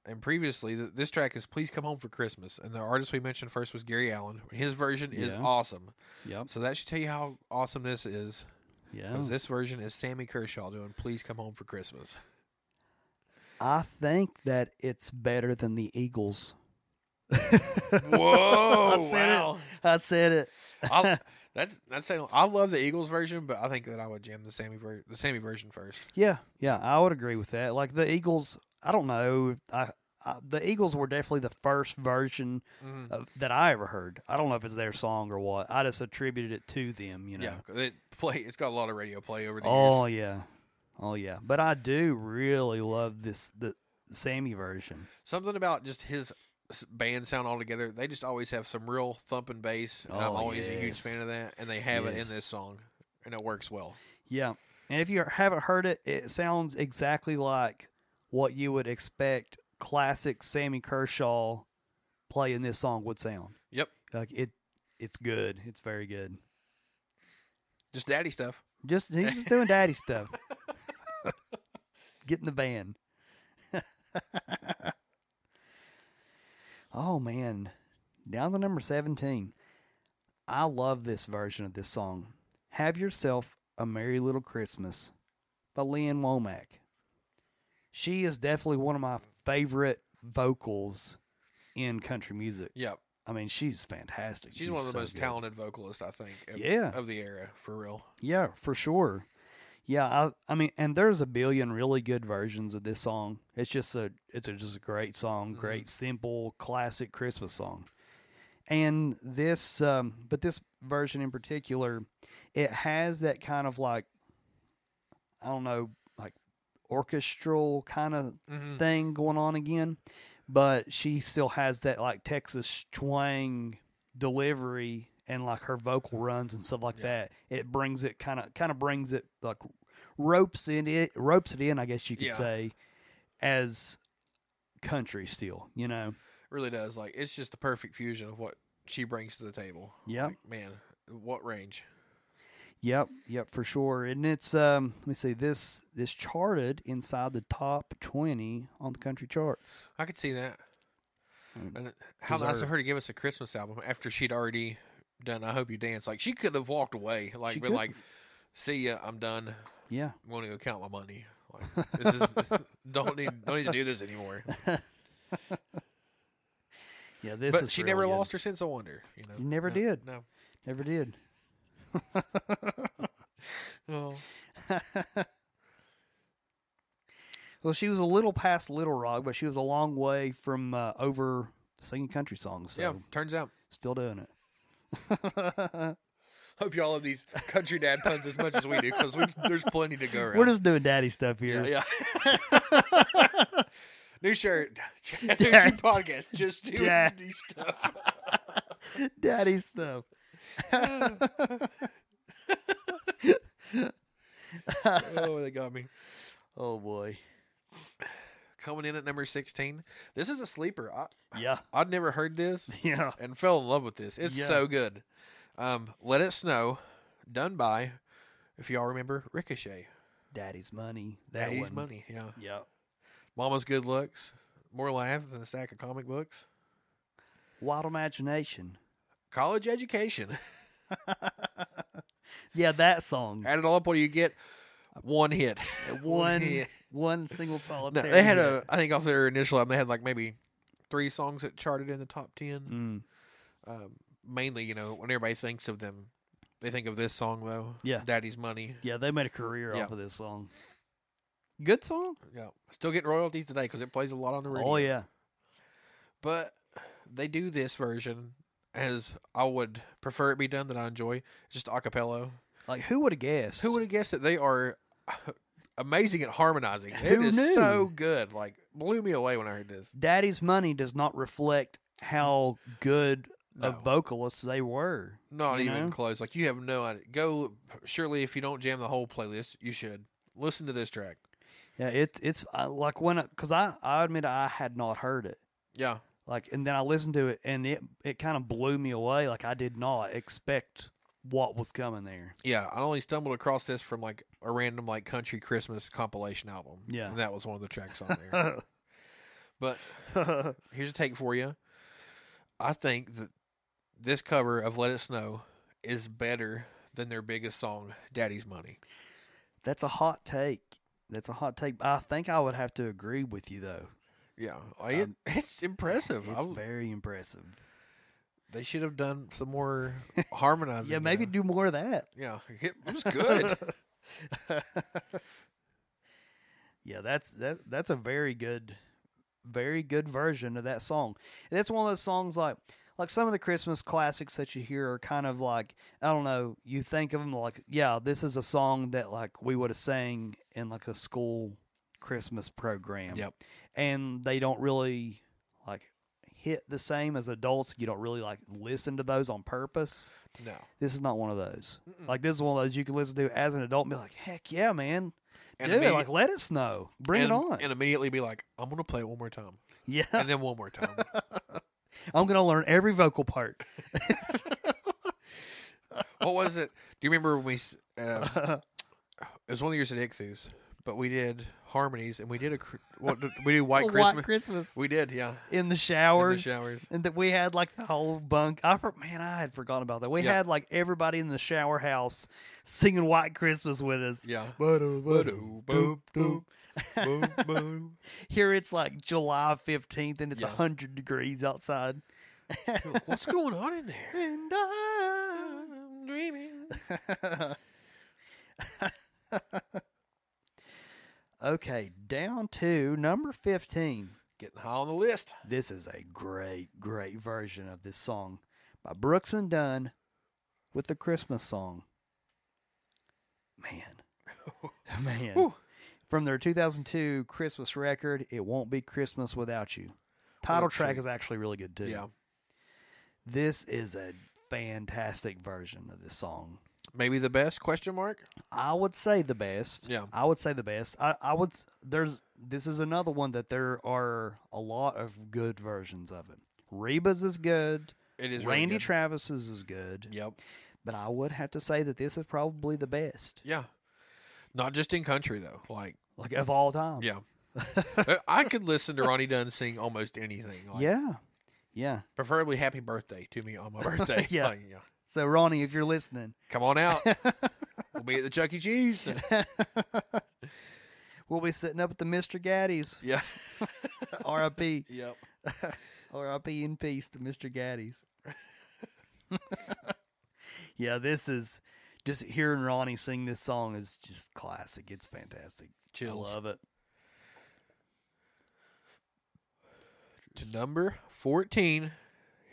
and previously, th- this track is "Please Come Home for Christmas," and the artist we mentioned first was Gary Allen. His version is Yeah. awesome, Mm, Yep. so that should tell you how awesome this is. Yeah. Because this version is Sammy Kershaw doing "Please Come Home for Christmas." I think that it's better than the Eagles. Whoa! said it. I said it. I, that's that's saying I love the Eagles version, but I think that I would jam the Sammy ver- the Sammy version first. Yeah, yeah, I would agree with that. Like the Eagles, I don't know. I, I the Eagles were definitely the first version Mhm. of, that I ever heard. I don't know if it's their song or what. I just attributed it to them. You know. Yeah, 'cause it play. It's got a lot of radio play over the Oh years. yeah, oh yeah. But I do really love this the Sammy version. something about just his s- band sound altogether. They just always have some real thumping bass. And Oh, I'm always a huge yes. fan of that, and they have it Yes. in this song, and it works well. Yeah, and if you haven't heard it, it sounds exactly like what you would expect classic Sammy Kershaw playing this song would sound. Yep, Like it, it's good. It's very good. just daddy stuff. Just he's just doing daddy stuff. Get in the van. oh man. Down to number 17. I love this version of this song. Have Yourself a Merry Little Christmas by Leanne Womack. She is definitely one of my favorite vocals in country music. Yep, I mean, she's fantastic. She's, one of the so most good. talented vocalists, I think. Of, Yeah. Of the era, for real. Yeah, for sure. Yeah, I, I mean, and there's a billion really good versions of this song. It's just a, it's a, just a great song, great simple classic Christmas song. And this, um, but this version in particular, it has that kind of like, I don't know, like orchestral kind of Mm-hmm. thing going on again, but she still has that like Texas twang delivery and like her vocal runs and stuff like that. It brings it kind of kind of brings it like ropes in it ropes it in, I guess you could Yeah. say, as country still, you know. Really does. Like, it's just the perfect fusion of what she brings to the table. Yep. Like, man, what range? Yep, yep, for sure. And it's um let me see this this charted inside the top 20 on the country charts. I could see that. Mm. And how nice Deserve. of her to give us a Christmas album after she'd already done I Hope You Dance. Like, she could have walked away. Like, She been could like, see ya, I'm done. Yeah. I'm going to go count my money. Like, this is, don't need, don't need to do this anymore. Yeah, this but is she really never good. lost her sense of wonder. You know, You never No, did. No. Never did. Oh. Well, she was a little past Little Rock, but she was a long way from uh, over singing country songs. So yeah. Turns out, still doing it. hope y'all love these country dad puns as much as we do because there's plenty to go around. We're just doing daddy stuff here. yeah. yeah. New shirt, New Dad. podcast, just doing Dad. these stuff. daddy stuff. oh, they got me. Oh boy. Coming in at number sixteen. This is a sleeper. I, Yeah. I'd never heard this Yeah. and fell in love with this. It's Yeah. so good. Um, Let it snow, done by, if y'all remember, Ricochet. Daddy's money. That Daddy's one. money. Yeah. Yep. Mama's good looks, more laughs than a stack of comic books. Wild imagination. College education. Yeah, that song. Add it all up, what do you get? One hit. Mm. One hit. one single No, solitary. they had hit. a. I think off their initial album, they had like maybe three songs that charted in the top ten. Mm, Um, mainly, you know, when everybody thinks of them, they think of this song though. Yeah. Daddy's money. yeah, they made a career Yeah. off of this song. Good song. Yeah, still getting royalties today because it plays a lot on the radio. Oh yeah. but they do this version as I would prefer it be done that I enjoy. It's just a cappella. Like who would have guessed? Who would have guessed that they are amazing at harmonizing? it Who is knew? so good. Like blew me away when I heard this. Daddy's Money does not reflect how good No, of vocalists they were. not you even know? close. Like you have no idea. Go surely if you don't jam the whole playlist, you should listen to this track. Yeah, it, it's I, like when because I, I admit I had not heard it. Yeah, Like and then I listened to it and it it kind of blew me away. Like I did not expect what was coming there. yeah. I only stumbled across this from like a random like country Christmas compilation album. Yeah. and that was one of the tracks on there. but here's a take for you. I think that this cover of "Let It Snow" is better than their biggest song, "Daddy's Money." That's a hot take. That's a hot take. I think I would have to agree with you though. Yeah, I- it- Um, it's impressive. It's I w- very impressive. they should have done some more harmonizing. Yeah, you maybe know. do more of that. Yeah, it was good. yeah, that's that that's a very good very good version of that song. And that's one of those songs like like some of the Christmas classics that you hear are kind of like I don't know, you think of them like yeah, this is a song that like we would have sang in like a school Christmas program. Yep. And they don't really like hit the same as adults. You don't really like listen to those on purpose No. this is not one of those. Mm-mm. Like this is one of those you can listen to as an adult and be like, heck yeah, man. And Do it. immedi- Like let us know. Bring and- it on. And immediately be like, I'm gonna play it one more time. yeah. And then one more time. I'm gonna learn every vocal part. what was it? Do you remember when we s- uh, it was one of the years at Ixus, but we did harmonies and we did a cr- what did- we do white Christmas. Christmas. we did, yeah. In the In the showers. showers. And that we had like the whole bunk. I for, man, I had forgotten about that. We Yeah. had like everybody in the shower house singing White Christmas with us. Yeah. Ba-do, ba-do, Boop, boop, boop. boop, boop. Here it's like July fifteenth and it's a Yeah. hundred degrees outside. What's going on in there? And I- I'm dreaming. okay, down to number 15. Getting high on the list. This is a great, great version of this song by Brooks and Dunn with the Christmas song. Man. Man. Whew. From their 2002 Christmas record, It Won't Be Christmas Without You. Title a track treat. is actually really good too. Yeah. This is a fantastic version of this song. Maybe the best question mark. I would say the best. Yeah. I would say the best. I, I would s- there's this is another one that there are a lot of good versions of it. Reba's is good. It is really Randy good. Travis's is good. Yep. But I would have to say that this is probably the best. Yeah. Not just in country though. Like Like of all time. yeah. Uh, I could listen to Ronnie Dunn sing almost anything. Like, Yeah. Yeah. Preferably happy birthday to me on my birthday. Yeah. Like, yeah. So Ronnie, if you're listening, Come on out. we'll be at the Chuck E. Cheese. we'll be sitting up at the Mr. Gaddy's. yeah. R.I.P. Yep. R.I.P. in peace to Mr. Gaddy's. yeah, this is just hearing Ronnie sing this song is just classic. It's fantastic. Chills. I love it. To number fourteen.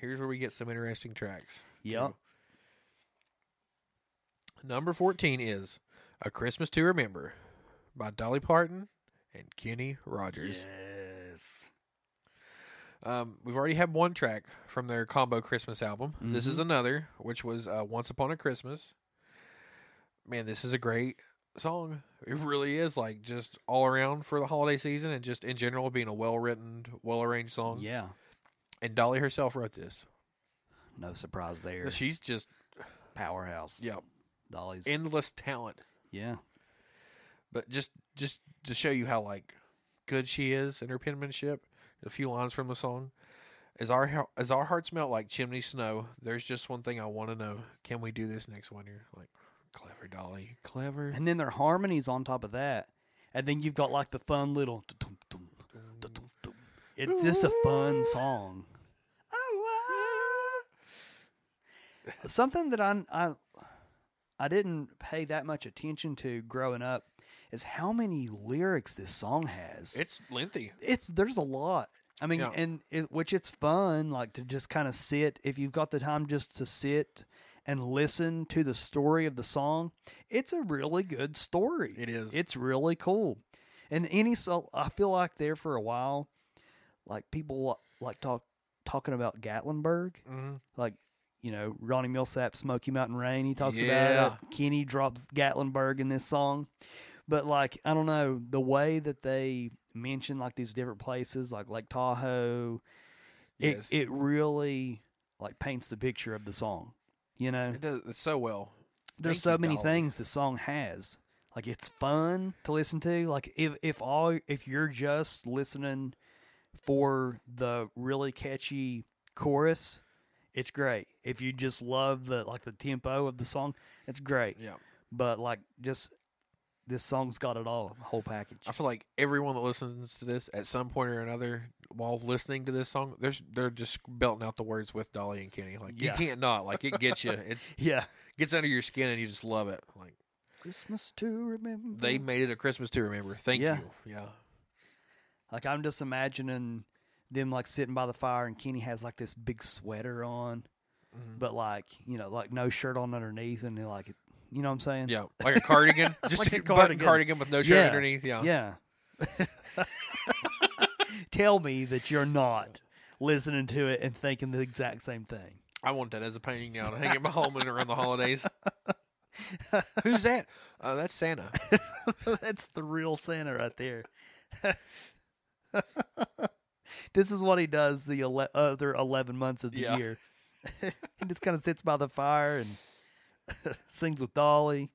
Here's where we get some interesting tracks. Yep. Number 14 is A Christmas to Remember by Dolly Parton and Kenny Rogers. Yes. Um, we've already had one track from their combo Christmas album. This is Mhm. another, which was uh, Once Upon a Christmas. Man, this is a great song. It really is like just all around for the holiday season and just in general being a well written, well arranged song. Yeah. And Dolly herself wrote this. No surprise there. She's just, Powerhouse. yeah, Dolly's. endless talent. yeah. but just just to show you how like good she is in her penmanship a few lines from the song as our hea- as our hearts melt like chimney snow there's just one thing i want to know can we do this next winter like clever dolly clever And then their harmonies on top of that. And then you've got like the fun little. dum, dum, dum, dum, dum. It's just a fun song. oh, Something that I, I I didn't pay that much attention to growing up is how many lyrics this song has. it's lengthy it's there's a lot. I mean, Yeah. and it, which it's fun like to just kind of sit if you've got the time just to sit and listen to the story of the song. It's a really good story. it is It's really cool. And any so I feel like there for a while, like people li- like talk talking about Gatlinburg, Mhm. like you know Ronnie Millsap, Smoky Mountain Rain. He talks Yeah. about it. Kenny drops Gatlinburg in this song, but like I don't know the way that they mention like these different places, like Lake Tahoe. Yes. It it really like paints the picture of the song. You know, it does it so well there's Thank so you, many Dolly. things the song has. Like it's fun to listen to. Like if if all if you're just listening for the really catchy chorus, it's great. If you just love the like the tempo of the song, it's great. yeah But like just this song's got it all, whole package. i feel like everyone that listens to this at some point or another while listening to this song there's they're just belting out the words with dolly and kenny like Yeah. you can't not like it gets you it's Yeah. gets under your skin and you just love it like Christmas to remember. They made it a Christmas to remember. Thank Mm. Yeah. you. Yeah. Like I'm just imagining them like sitting by the fire and Kenny has like this big sweater on, Mhm. but like you know like no shirt on underneath and they're like you know what I'm saying? Yeah. Like a cardigan. Just Like a a button cardigan. cardigan with no shirt Yeah. underneath. Yeah. Yeah. Tell me that you're not listening to it and thinking the exact same thing. I want that as a painting now to hang at my home and around the holidays. Who's that? Uh, that's Santa. That's the real Santa right there. this is what he does the ele- other 11 months of the Yeah. year. he just kind of sits by the fire and sings with Dolly.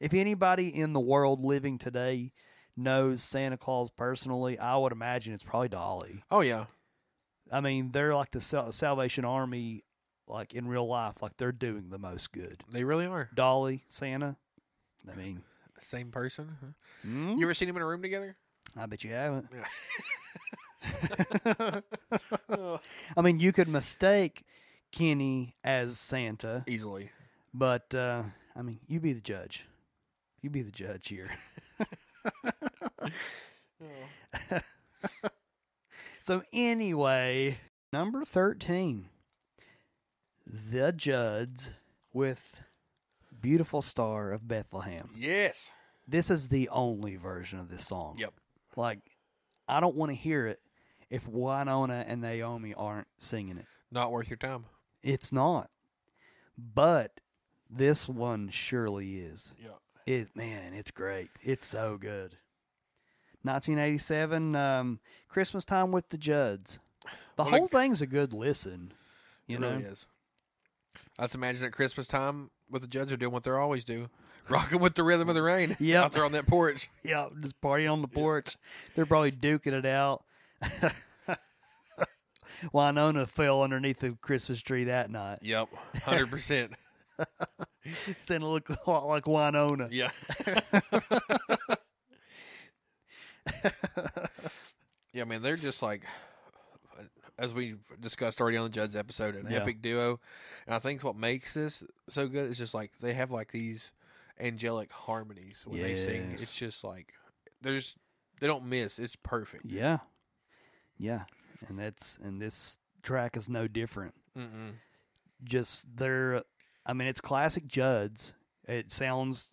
If anybody in the world living today knows Santa Claus personally, I would imagine it's probably Dolly. Oh yeah. I mean, they're like the Sal- Salvation Army, like in real life, like they're doing the most good. They really are. Dolly, Santa. I mean, Same person. mm, You ever seen him in a room together? I bet you haven't. Oh, I mean, you could mistake Kenny as Santa, easily. but uh, I mean, you be the judge. You be the judge here. Oh. So anyway, number thirteen, the Judds with beautiful star of Bethlehem. Yes. This is the only version of this song. Yep. Like, I don't want to hear it if Winona and Naomi aren't singing it. Not worth your time. It's not. But this one surely is. Yeah. It man, it's great. It's so good. 1987, um, Christmas time with the Judds. The What a- whole thing's a good listen. You it know, really is. Let's imagine at Christmas time what the judges are doing what they always do. Rocking with the rhythm of the rain. Yep. Out there on that porch. yeah, just partying on the porch. They're probably duking it out. Winona fell underneath the Christmas tree that night. Yep. Hundred percent. Santa looked a lot like Winona. Yeah. yeah, man, they're just like, as we discussed already on the Judd's episode, an Yeah. epic duo. And I think what makes this so good is just like they have like these angelic harmonies when they sing. Yes. It's just like there's they don't miss. It's perfect. Yeah, yeah, and that's and this track is no different. Mm-mm. just they're I mean it's classic Judd's. It sounds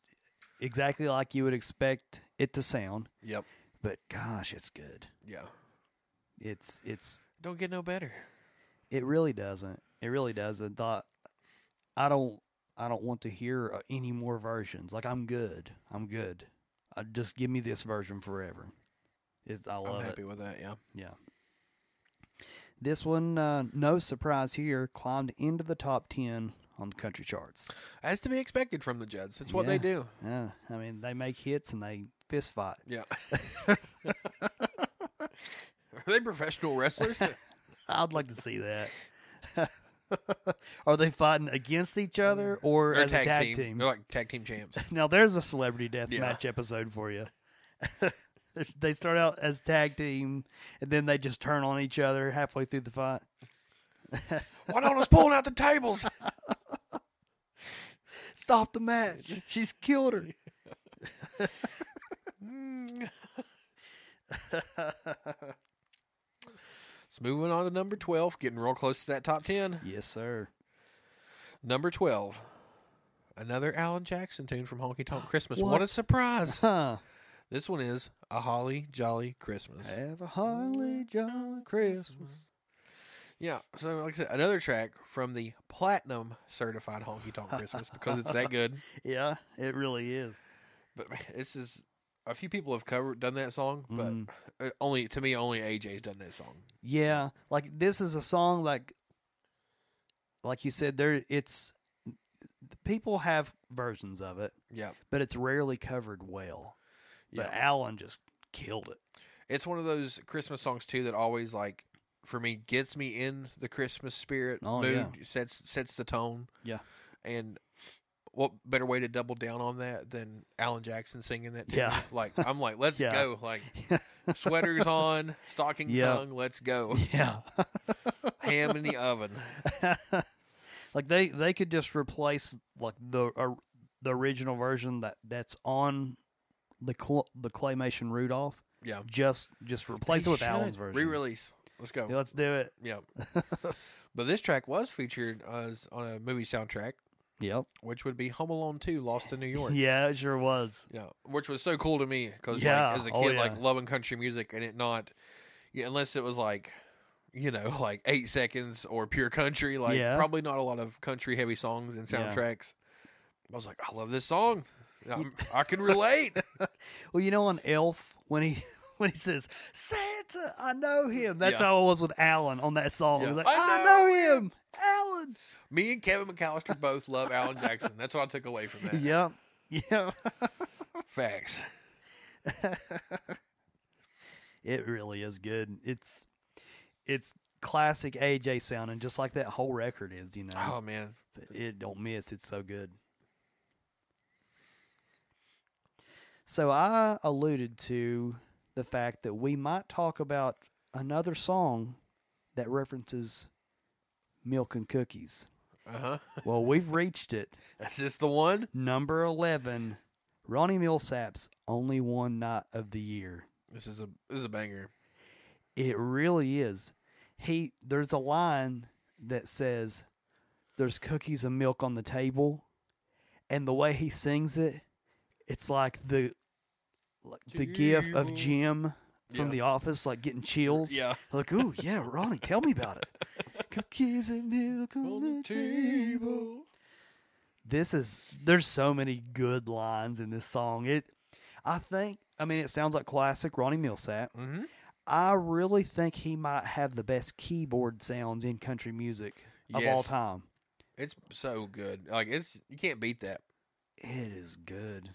exactly like you would expect it to sound, Yep. but gosh, it's good. Yeah. It's it's Don't get no better. it really doesn't. It really doesn't. The, I don't I don't want to hear uh, any more versions. Like I'm good. I'm good. Uh, just give me this version forever. It's I love I'm it. happy with that. Yeah. Yeah. This one, uh, no surprise here, climbed into the top ten on the country charts. As to be expected from the Judds. That's what they Yeah. do. Yeah, I mean they make hits and they fist fight. Yeah. Are they professional wrestlers? I'd like to see that. Are they fighting against each other or They're as a Mm. tag team? They're like tag team champs. Now there's a celebrity death Yeah. match episode for you. they start out as tag team and then they just turn on each other halfway through the fight. Winona's pulling out the tables. Stop the match. She's killed her. Mm. Let's move on to number 12, getting real close to that top 10. Yes, sir. Number 12, another Alan Jackson tune from Honky Tonk Christmas. What, What? a surprise. Huh. this one is A Holly Jolly Christmas. Have a holly jolly Christmas. Yeah, so like I said, another track from the platinum certified Honky Tonk Christmas because it's that good. Yeah, it really is. But man, this is a few people have covered done that song, but Mm. uh, only to me only AJ's done that song. Yeah, like this is a song like like you said there it's people have versions of it, Yeah, but it's rarely covered well. yeah. But Alan just killed it. It's one of those Christmas songs too that always like for me gets me in the Christmas spirit Oh, mood, yeah. sets sets the tone. Yeah. and what better way to double down on that than Alan Jackson singing that? to Yeah. me? like I'm like, let's Yeah. go, like sweaters on, stockings Yeah. hung, let's go, Yeah. ham in the oven. like they they could just replace like the or, the original version that that's on the cl- the claymation Rudolph Yeah, just just replace it They with Alan's should. version. Re-release. Let's go. Yeah, let's do it. Yeah. but this track was featured as on a movie soundtrack, Yep. which would be Home Alone 2 Lost in New York. Yeah, it sure was. Yeah, which was so cool to me because Yeah, like, as a kid, oh, like yeah. loving country music and it not, yeah, unless it was like, you know, like eight seconds or pure country, like Yeah. probably not a lot of country heavy songs and Yeah. soundtracks. I was like, I love this song. I'm, I can relate. Well, you know, on Elf when he when he says Santa, I know him. That's Yeah. how I was with Alan on that song. I was Yeah. like, I I, know know, him, Alan. me and Kevin McAllister both love Alan Jackson. That's what I took away from that. Yep, yep. Facts. It really is good. It's it's classic AJ sounding, just like that whole record is. You know, Oh man, it don't miss. It's so good. So I alluded to the fact that we might talk about another song that references milk and cookies. Uh huh. Well, we've reached it. Is this the one? Number 11, Ronnie Millsap's Only One Night of the Year. This is a this is a banger. It really is. He there's a line that says there's cookies and milk on the table and the way he sings it it's like the like the gif of Jim from Yeah. the office like getting chills. Yeah. Like, "Ooh, yeah, Ronnie, tell me about it." cookies and milk on, the table. this is there's so many good lines in this song. It I think I mean it sounds like classic Ronnie Millsap. Mm-hmm. I really think he might have the best keyboard sounds in country music of all Yes. time. It's so good. Like it's you can't beat that. It is good.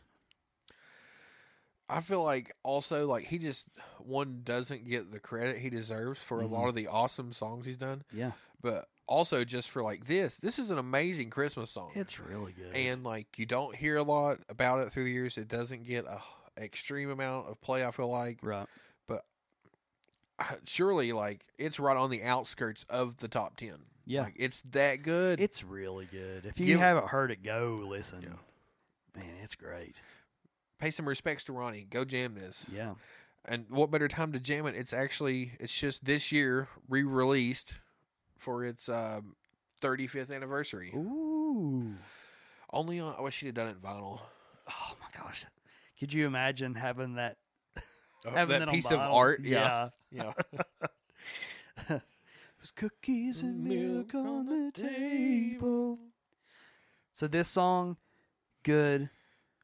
I feel like also like he just one doesn't get the credit he deserves for Mhm. a lot of the awesome songs he's done, Yeah. but also just for like this. This is an amazing Christmas song. It's really good. Oh, and like you don't hear a lot about it through the years. It doesn't get a h- extreme amount of play. I feel like right. surely like it's right on the outskirts of the top ten. Yeah. like it's that good. It's really good. If you Give- haven't heard it, go listen. Yeah. Man, it's great. Pay some respects to Ronnie. Go jam this. Yeah. And what better time to jam it? It's actually it's just this year re-released for its um, 35th anniversary. Ooh. Only on I wish she'd have done it in vinyl. Oh my gosh. Could you imagine having that Uh, having that Oh, that on piece of vinyl? art, yeah, yeah. There's cookies and milk Milk on on the the table. So this song, good.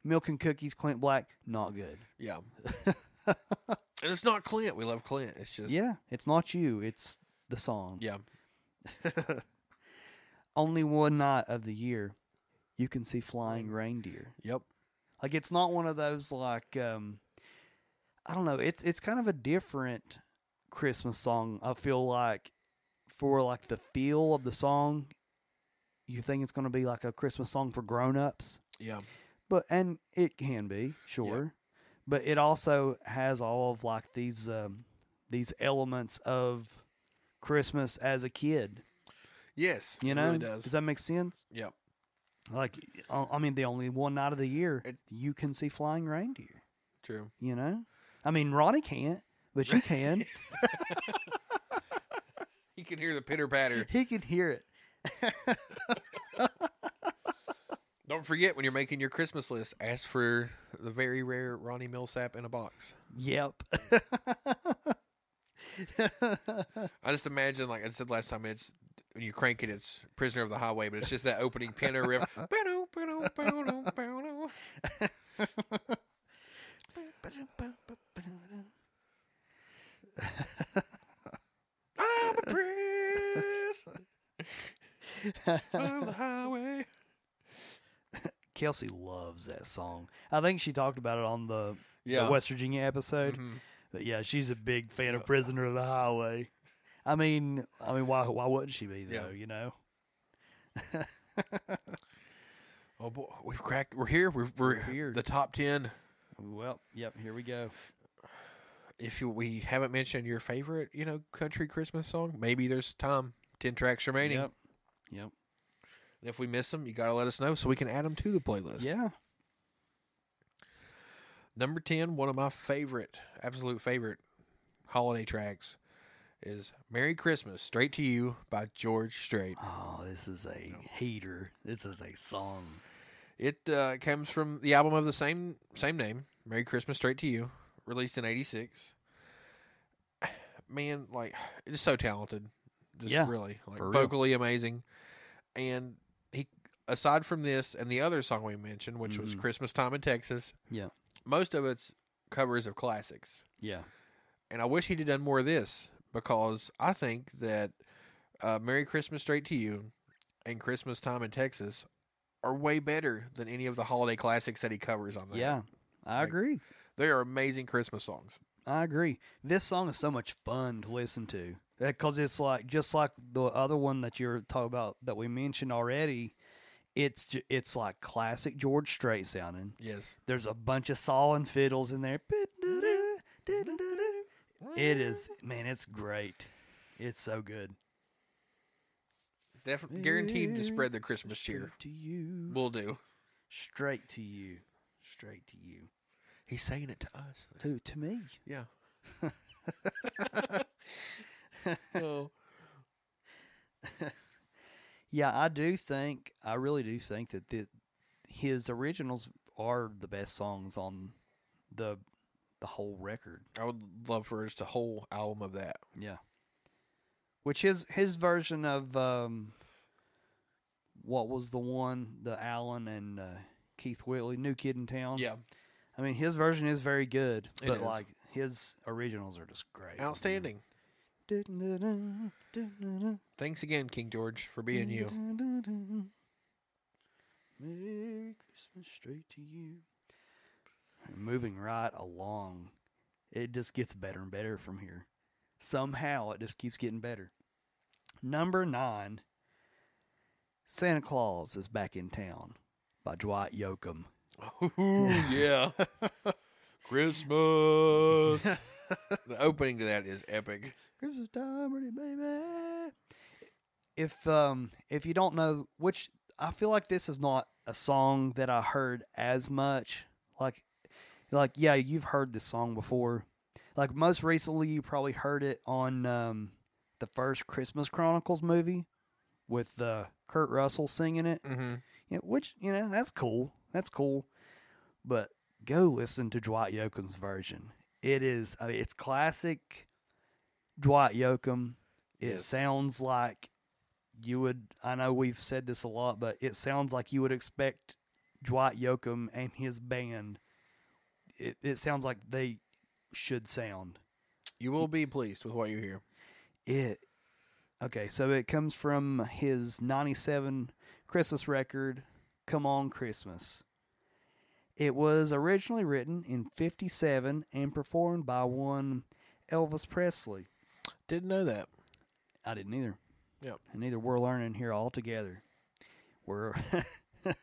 Milk and cookies, Clint Black, not good. yeah. and it's not Clint. We love Clint. It's just yeah, it's not you. It's the song. yeah. Only one night of the year, you can see flying Mm. reindeer. Yep. Like it's not one of those like um, I don't know. It's it's kind of a different Christmas song. I feel like for like the feel of the song, you think it's going to be like a Christmas song for grown ups. Yeah. but and it can be sure but it also has all of like these um, these elements of christmas as a kid Yes. you it know really does. that make sense Yep. like i I mean the only one night of the year It- you can see flying reindeer True. you know i mean ronnie can't but you can You can hear the pitter patter. he can hear it Don't forget when you're making your Christmas list, ask for the very rare Ronnie Millsap in a box. yep I just imagine, like I said last time, it's when you crank it, it's Prisoner of the Highway, but it's just that opening piano riff. Bow-dow, bow-dow, bow-dow, bow-dow. I'm a prince of the highway. kelsey loves that song i think she talked about it on the, Yeah. the west virginia episode Mhm. But yeah, she's a big fan of Yeah. Prisoner of the Highway. I mean, I mean, why why wouldn't she be Yeah. though? You know, Oh boy, we've cracked. We're here. We're, we're here. the top ten. well, yep. Here we go. If you, we haven't mentioned your favorite, you know, country Christmas song, maybe there's time. Ten tracks remaining. Yep, yep, And if we miss them, you gotta let us know so we can add them to the playlist. yeah. Number 10, one of my favorite, absolute favorite holiday tracks is Merry Christmas Straight to You by George Strait. Oh, this is a heater. This is a song. It uh, comes from the album of the same same name, Merry Christmas Straight to You, released in 86. Man, like it's so talented. Just Yeah, really like for real. vocally amazing. And he aside from this and the other song we mentioned, which was Mhm. Christmas Time in Texas. Yeah. Most of it's covers of classics. Yeah, and I wish he'd have done more of this because I think that uh, "Merry Christmas Straight to You" and "Christmas Time in Texas" are way better than any of the holiday classics that he covers on that. yeah. I Like- agree. they are amazing Christmas songs. I agree. This song is so much fun to listen to because it's like just like the other one that you're talking about that we mentioned already. It's ju- it's like classic George Strait sounding. Yes, There's a bunch of saw and fiddles in there. It is, man. It's great. It's so good. Definitely guaranteed to spread the Christmas cheer. Straight to you. We'll do. Straight to you. Straight to you. He's saying it to us. To to me. Yeah. oh. Yeah, I do think. I really do think that the, his originals are the best songs on the the whole record. I would love for us to whole album of that. Yeah. Which his his version of um, what was the one the Allen and uh, Keith Whitley New Kid in Town. Yeah. I mean his version is very good, It but is. like his originals are just great. Outstanding. Thanks again, King George, for being Mm-hmm. you. Merry Christmas straight to you. And moving right along, it just gets better and better from here. Somehow it just keeps getting better. Number nine Santa Claus is Back in Town by Dwight Yoakam. Ooh, yeah. Christmas. the opening to that is epic. Christmas time, ready, baby. If um if you don't know which I feel like this is not a song that I heard as much. Like like yeah, you've heard this song before. Like most recently you probably heard it on um the first Christmas Chronicles movie with uh, Kurt Russell singing it. Mm-hmm. Yeah, which, you know, that's cool. That's cool. But go listen to Dwight Yoakam's version. It is, I mean, it's classic Dwight Yoakam. It Yes. sounds like you would, I know we've said this a lot, but it sounds like you would expect Dwight Yoakam and his band. It, it sounds like they should sound. You will be pleased with what you hear. It okay, so it comes from his '97 Christmas record, "Come On Christmas." It was originally written in '57 and performed by one Elvis Presley. Didn't know that. I didn't either. Yep. And neither we're learning here all together. We're,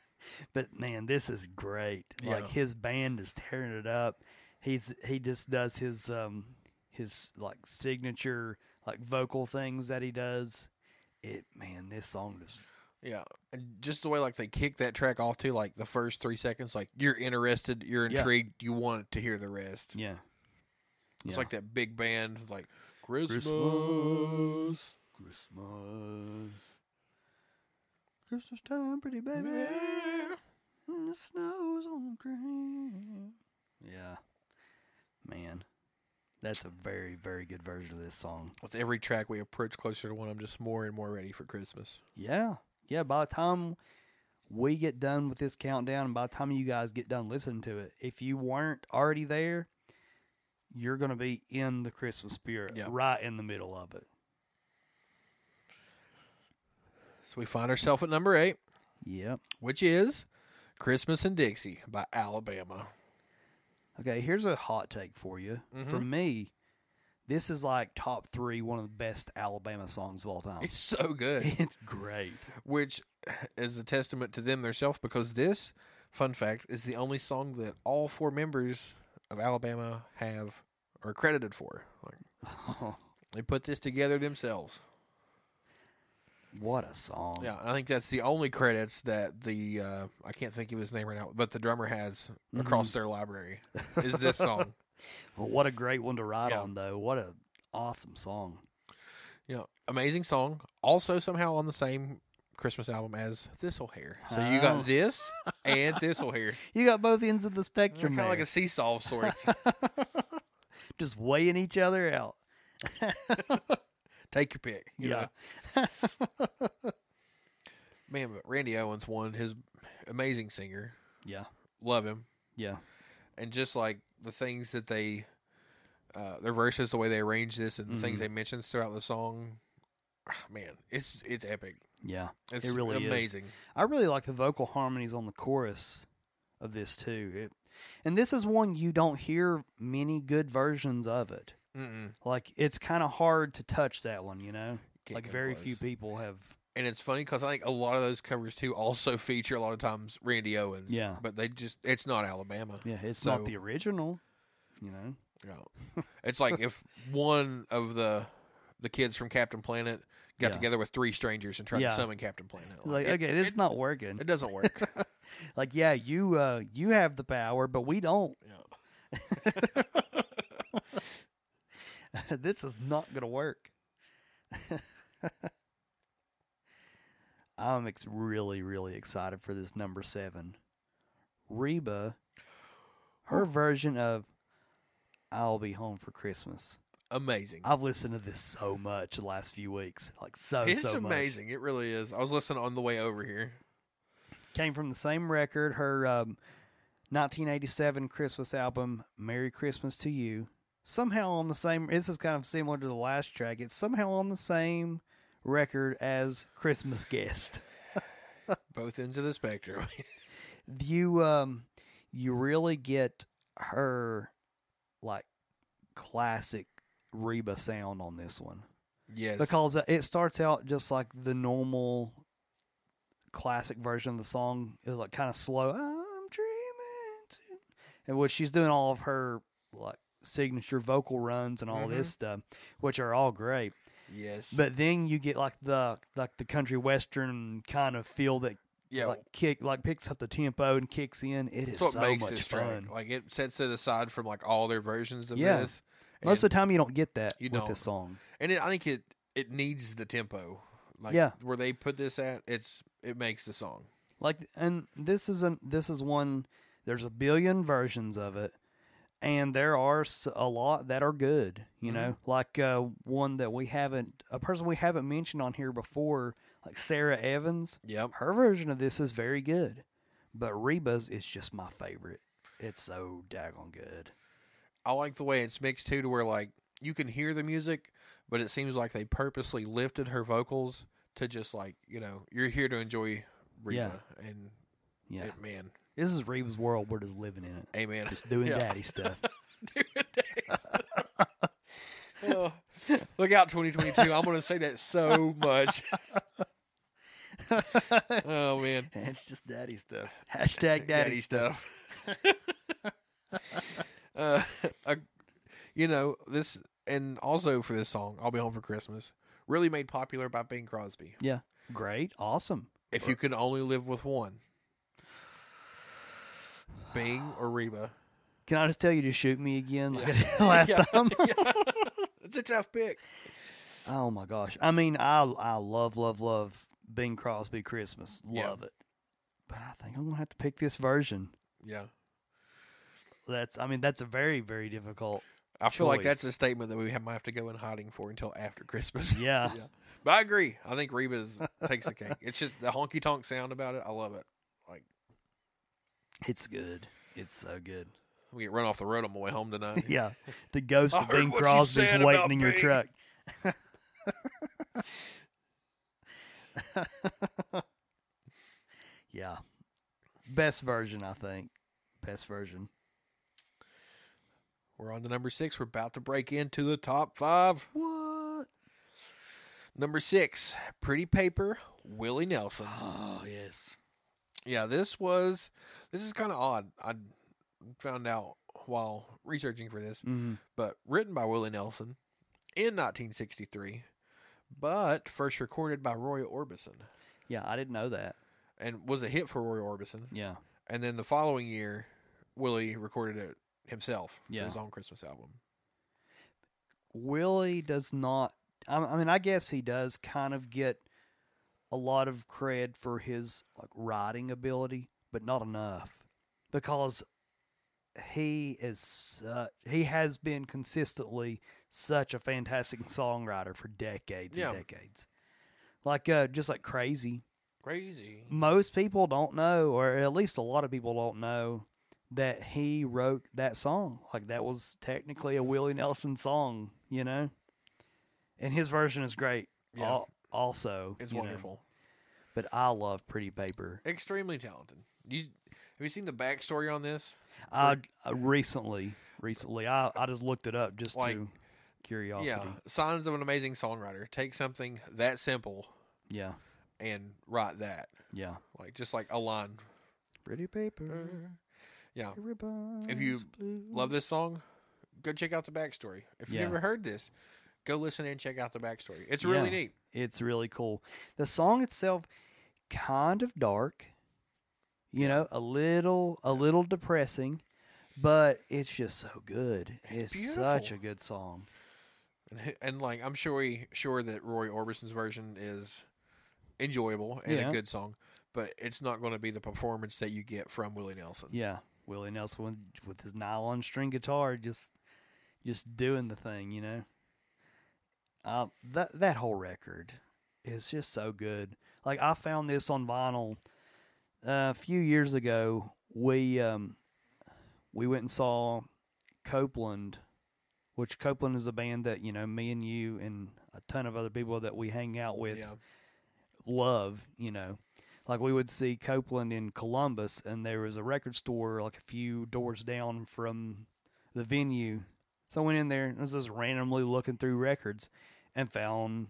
but man, this is great. Like Yeah. his band is tearing it up. He's he just does his um his like signature like vocal things that he does. It man, this song just Yeah. And just the way like they kick that track off to like the first three seconds, like you're interested, you're Yeah. intrigued, you want to hear the rest. yeah. It's Yeah. like that big band, like Christmas. Christmas. Christmas. Christmas time, pretty baby. And the snow's on green. Yeah. Man. That's a very, very good version of this song. With every track we approach closer to one, I'm just more and more ready for Christmas. Yeah. Yeah. By the time we get done with this countdown and by the time you guys get done listening to it, if you weren't already there, you're going to be in the Christmas spirit Yeah. right in the middle of it. So we find ourselves at number eight, Yep. which is Christmas in Dixie by Alabama. Okay. Here's a hot take for you. For me, this is like top three, one of the best Alabama songs of all time. It's so good, it's great. which is a testament to them themselves because this, fun fact, is the only song that all four members of Alabama have are credited for. Like Oh, they put this together themselves. What a song. Yeah, and I think that's the only credits that the uh, I can't think of his name right now, but the drummer has across their library is this song. Well, what a great one to ride Yeah. on, though. What a awesome song. You know, amazing song. Also, somehow on the same Christmas album as Thistlehair. So you Oh. got this and Thistlehair. You got both ends of the They're spectrum kind of there. like a seesaw of sorts. Just weighing each other out. Take your pick. you Yeah. know. Man, but Randy Owens won his amazing singer. Yeah. Love him. Yeah. and just like the things that they uh, their verses, the way they arrange this, and the things Mhm. they mention throughout the song, ah, man, it's it's epic. Yeah. It's really is. amazing. I really like the vocal harmonies on the chorus of this, too. It, and this is one you don't hear many good versions of it. Mm-mm. Like, it's kind of hard to touch that one, you know? Can't like, come very close. few people have. And it's funny because I think a lot of those covers too also feature a lot of times Randy Owens. Yeah. but they just it's not Alabama. Yeah, it's So- not the original, you know? Yeah. It's like if one of the the kids from Captain Planet got Yeah. together with three strangers and tried Yeah. to summon Captain Planet. Like, it, okay, it's it- not working. it doesn't work. like, yeah, you uh, you have the power, but we don't. Yeah. this is not gonna work. I'm ex- really, really excited for this number seven. Reba, her version of "I'll be home for Christmas." amazing. I've listened to this so much the last few weeks, like so, it's so much. amazing. It really is. I was listening on the way over here. came from the same record her um, 1987 christmas album merry christmas to you somehow on the same this is kind of similar to the last track it's somehow on the same record as christmas guest Both ends of the spectrum. you um you really get her like classic reba sound on this one yes. because it starts out just like the normal classic version of the song is like kind of slow i'm dreaming to-" and what she's doing all of her like signature vocal runs and all this Mm-hmm. stuff which are all great yes. but then you get like the like the country western kind of feel that yeah. like kick like picks up the tempo and kicks in it is that's what so makes much this fun track. Like it sets it aside from like all their versions of Yeah. this. most and- of the time you don't get that You with don't. this song and it, I think it it needs the tempo. Like Yeah. where they put this at, it's it makes the song. like and this is an this is one there's a billion versions of it and there are s- a lot that are good you Mhm. know like uh, one that we haven't a person we haven't mentioned on here before like sarah evans Yep. her version of this is very good but reba's is just my favorite it's so daggone good I like the way it's mixed too, to where like you can hear the music, but it seems like they purposely lifted her vocals to just like you know you're here to enjoy Reba and yeah it- man, this is reba's world we're just living in it amen. just doing Yeah. daddy stuff Dude, thanks. Oh, look out 2022 i'm gonna say that so much oh man it's just daddy stuff hashtag daddy, stuff stuff. uh, I, you know this, and also for this song, "I'll Be Home for Christmas," really made popular by Bing Crosby. great awesome If you could only live with one, Bing or Reba, Can I just tell you to shoot me again like I did last Yeah. time? it's a tough pick. oh my gosh! I mean, I I love love love Bing Crosby Christmas, Yeah. love it. But I think I'm gonna have to pick this version. Yeah, That's I mean that's a very very difficult. I feel like that's Choice. a statement that we have- might have to go in hiding for until after Christmas. Yeah, Yeah. But I agree. I think Reba's takes the cake. It's just the honky tonk sound about it. I love it. it's good. It's so good. We get run off the road on my way home tonight. Yeah, the ghost I of heard Bing what you Crosby's said waiting about in your Bing. truck. yeah, best version I think. Best version. We're on to number six. We're about to break into the top five. What? Number six, Pretty Paper, Willie Nelson. Oh yes. Yeah, this was this is kind of odd. I found out while researching for this, Mm-hmm. but written by Willie Nelson in 1963, but first recorded by Roy Orbison Yeah, I didn't know that. and was a hit for Roy Orbison. Yeah. And then the following year, Willie recorded it himself for Yeah. his own Christmas album. Willie does not. I I mean, I guess he does kind of get a lot of cred for his like writing ability, but not enough because he is uh, he has been consistently such a fantastic songwriter for decades Yeah. and decades. Like uh, just like crazy, Crazy. most people don't know, or at least a lot of people don't know, that he wrote that song. Like that was technically a Willie Nelson song, you know. And his version is great. Yeah. al- also, It's you know. wonderful. But I love Pretty Paper. Extremely talented. You, have you seen the backstory on this? I, I recently, recently, I, I just looked it up just Like- to curiosity. Yeah, signs of an amazing songwriter. Take something that simple Yeah, and write that, yeah. like just like a line. Pretty Paper. Yeah. If you love this song, go check out the backstory. If you Yeah. never heard this, go listen and check out the backstory. It's really Yeah. neat. It's really cool. The song itself, kind of dark, you know, a little, a little depressing, but it's just so good. It's It's, such beautiful. a good song. And, h- and like I'm sure we, sure that Roy Orbison's version is enjoyable and Yeah. a good song, but it's not going to be the performance that you get from Willie Nelson. Yeah, Willie Nelson with- with his nylon string guitar, just, just doing the thing, you know. Uh, that that whole record is just so good. Like I found this on vinyl uh, a few years ago. We um, we went and saw Copeland, which Copeland is a band that you know me and you and a ton of other people that we hang out with Yeah. love, you know. Like we would see Copeland in Columbus, and there was a record store like a few doors down from the venue. So I went in there and was just randomly looking through records and found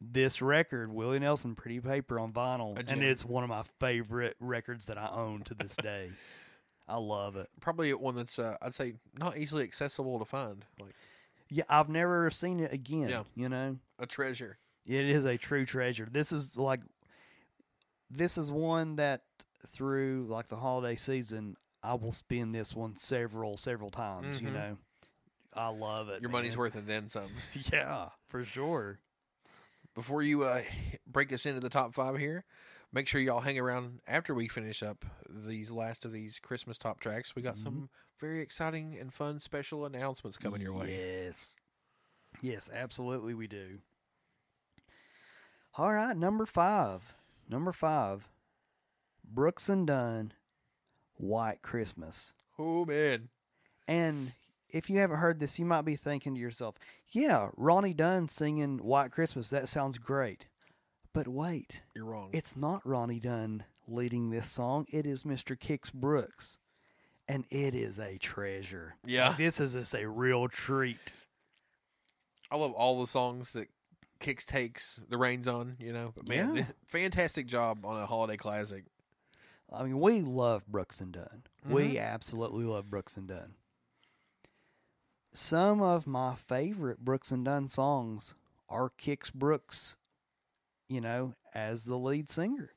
this record, Willie Nelson Pretty Paper on vinyl. A And gem. it's one of my favorite records that I own to this day. I love it. Probably one that's uh, I'd say not easily accessible to find, like Yeah, I've never seen it again, Yeah. you know? a treasure. It is a true treasure. This is like this is one that through like the holiday season I will spend this one several several times, you Mhm. know. I love it. Your man. money's worth and then some. Yeah, for sure. Before you uh, break us into the top five here, make sure y'all hang around after we finish up these last of these Christmas top tracks. We got Mhm. some very exciting and fun special announcements coming your way. Yes. Yes, absolutely we do. All right, number 5. Number 5. Brooks and Dunn White Christmas. Oh man, And if you haven't heard this, you might be thinking to yourself, yeah, Ronnie Dunn singing White Christmas, that sounds great. But wait, you're wrong. it's not Ronnie Dunn leading this song, it is Mr. Kix Brooks. And it is a treasure. yeah, This is just a real treat. I love all the songs that Kicks takes the reins on. You know, but man, Yeah. th- fantastic job on a holiday classic. I mean, we love Brooks and Dunn. We absolutely love Brooks and Dunn. Some of my favorite Brooks and Dunn songs are Kix Brooks, you know, as the lead singer.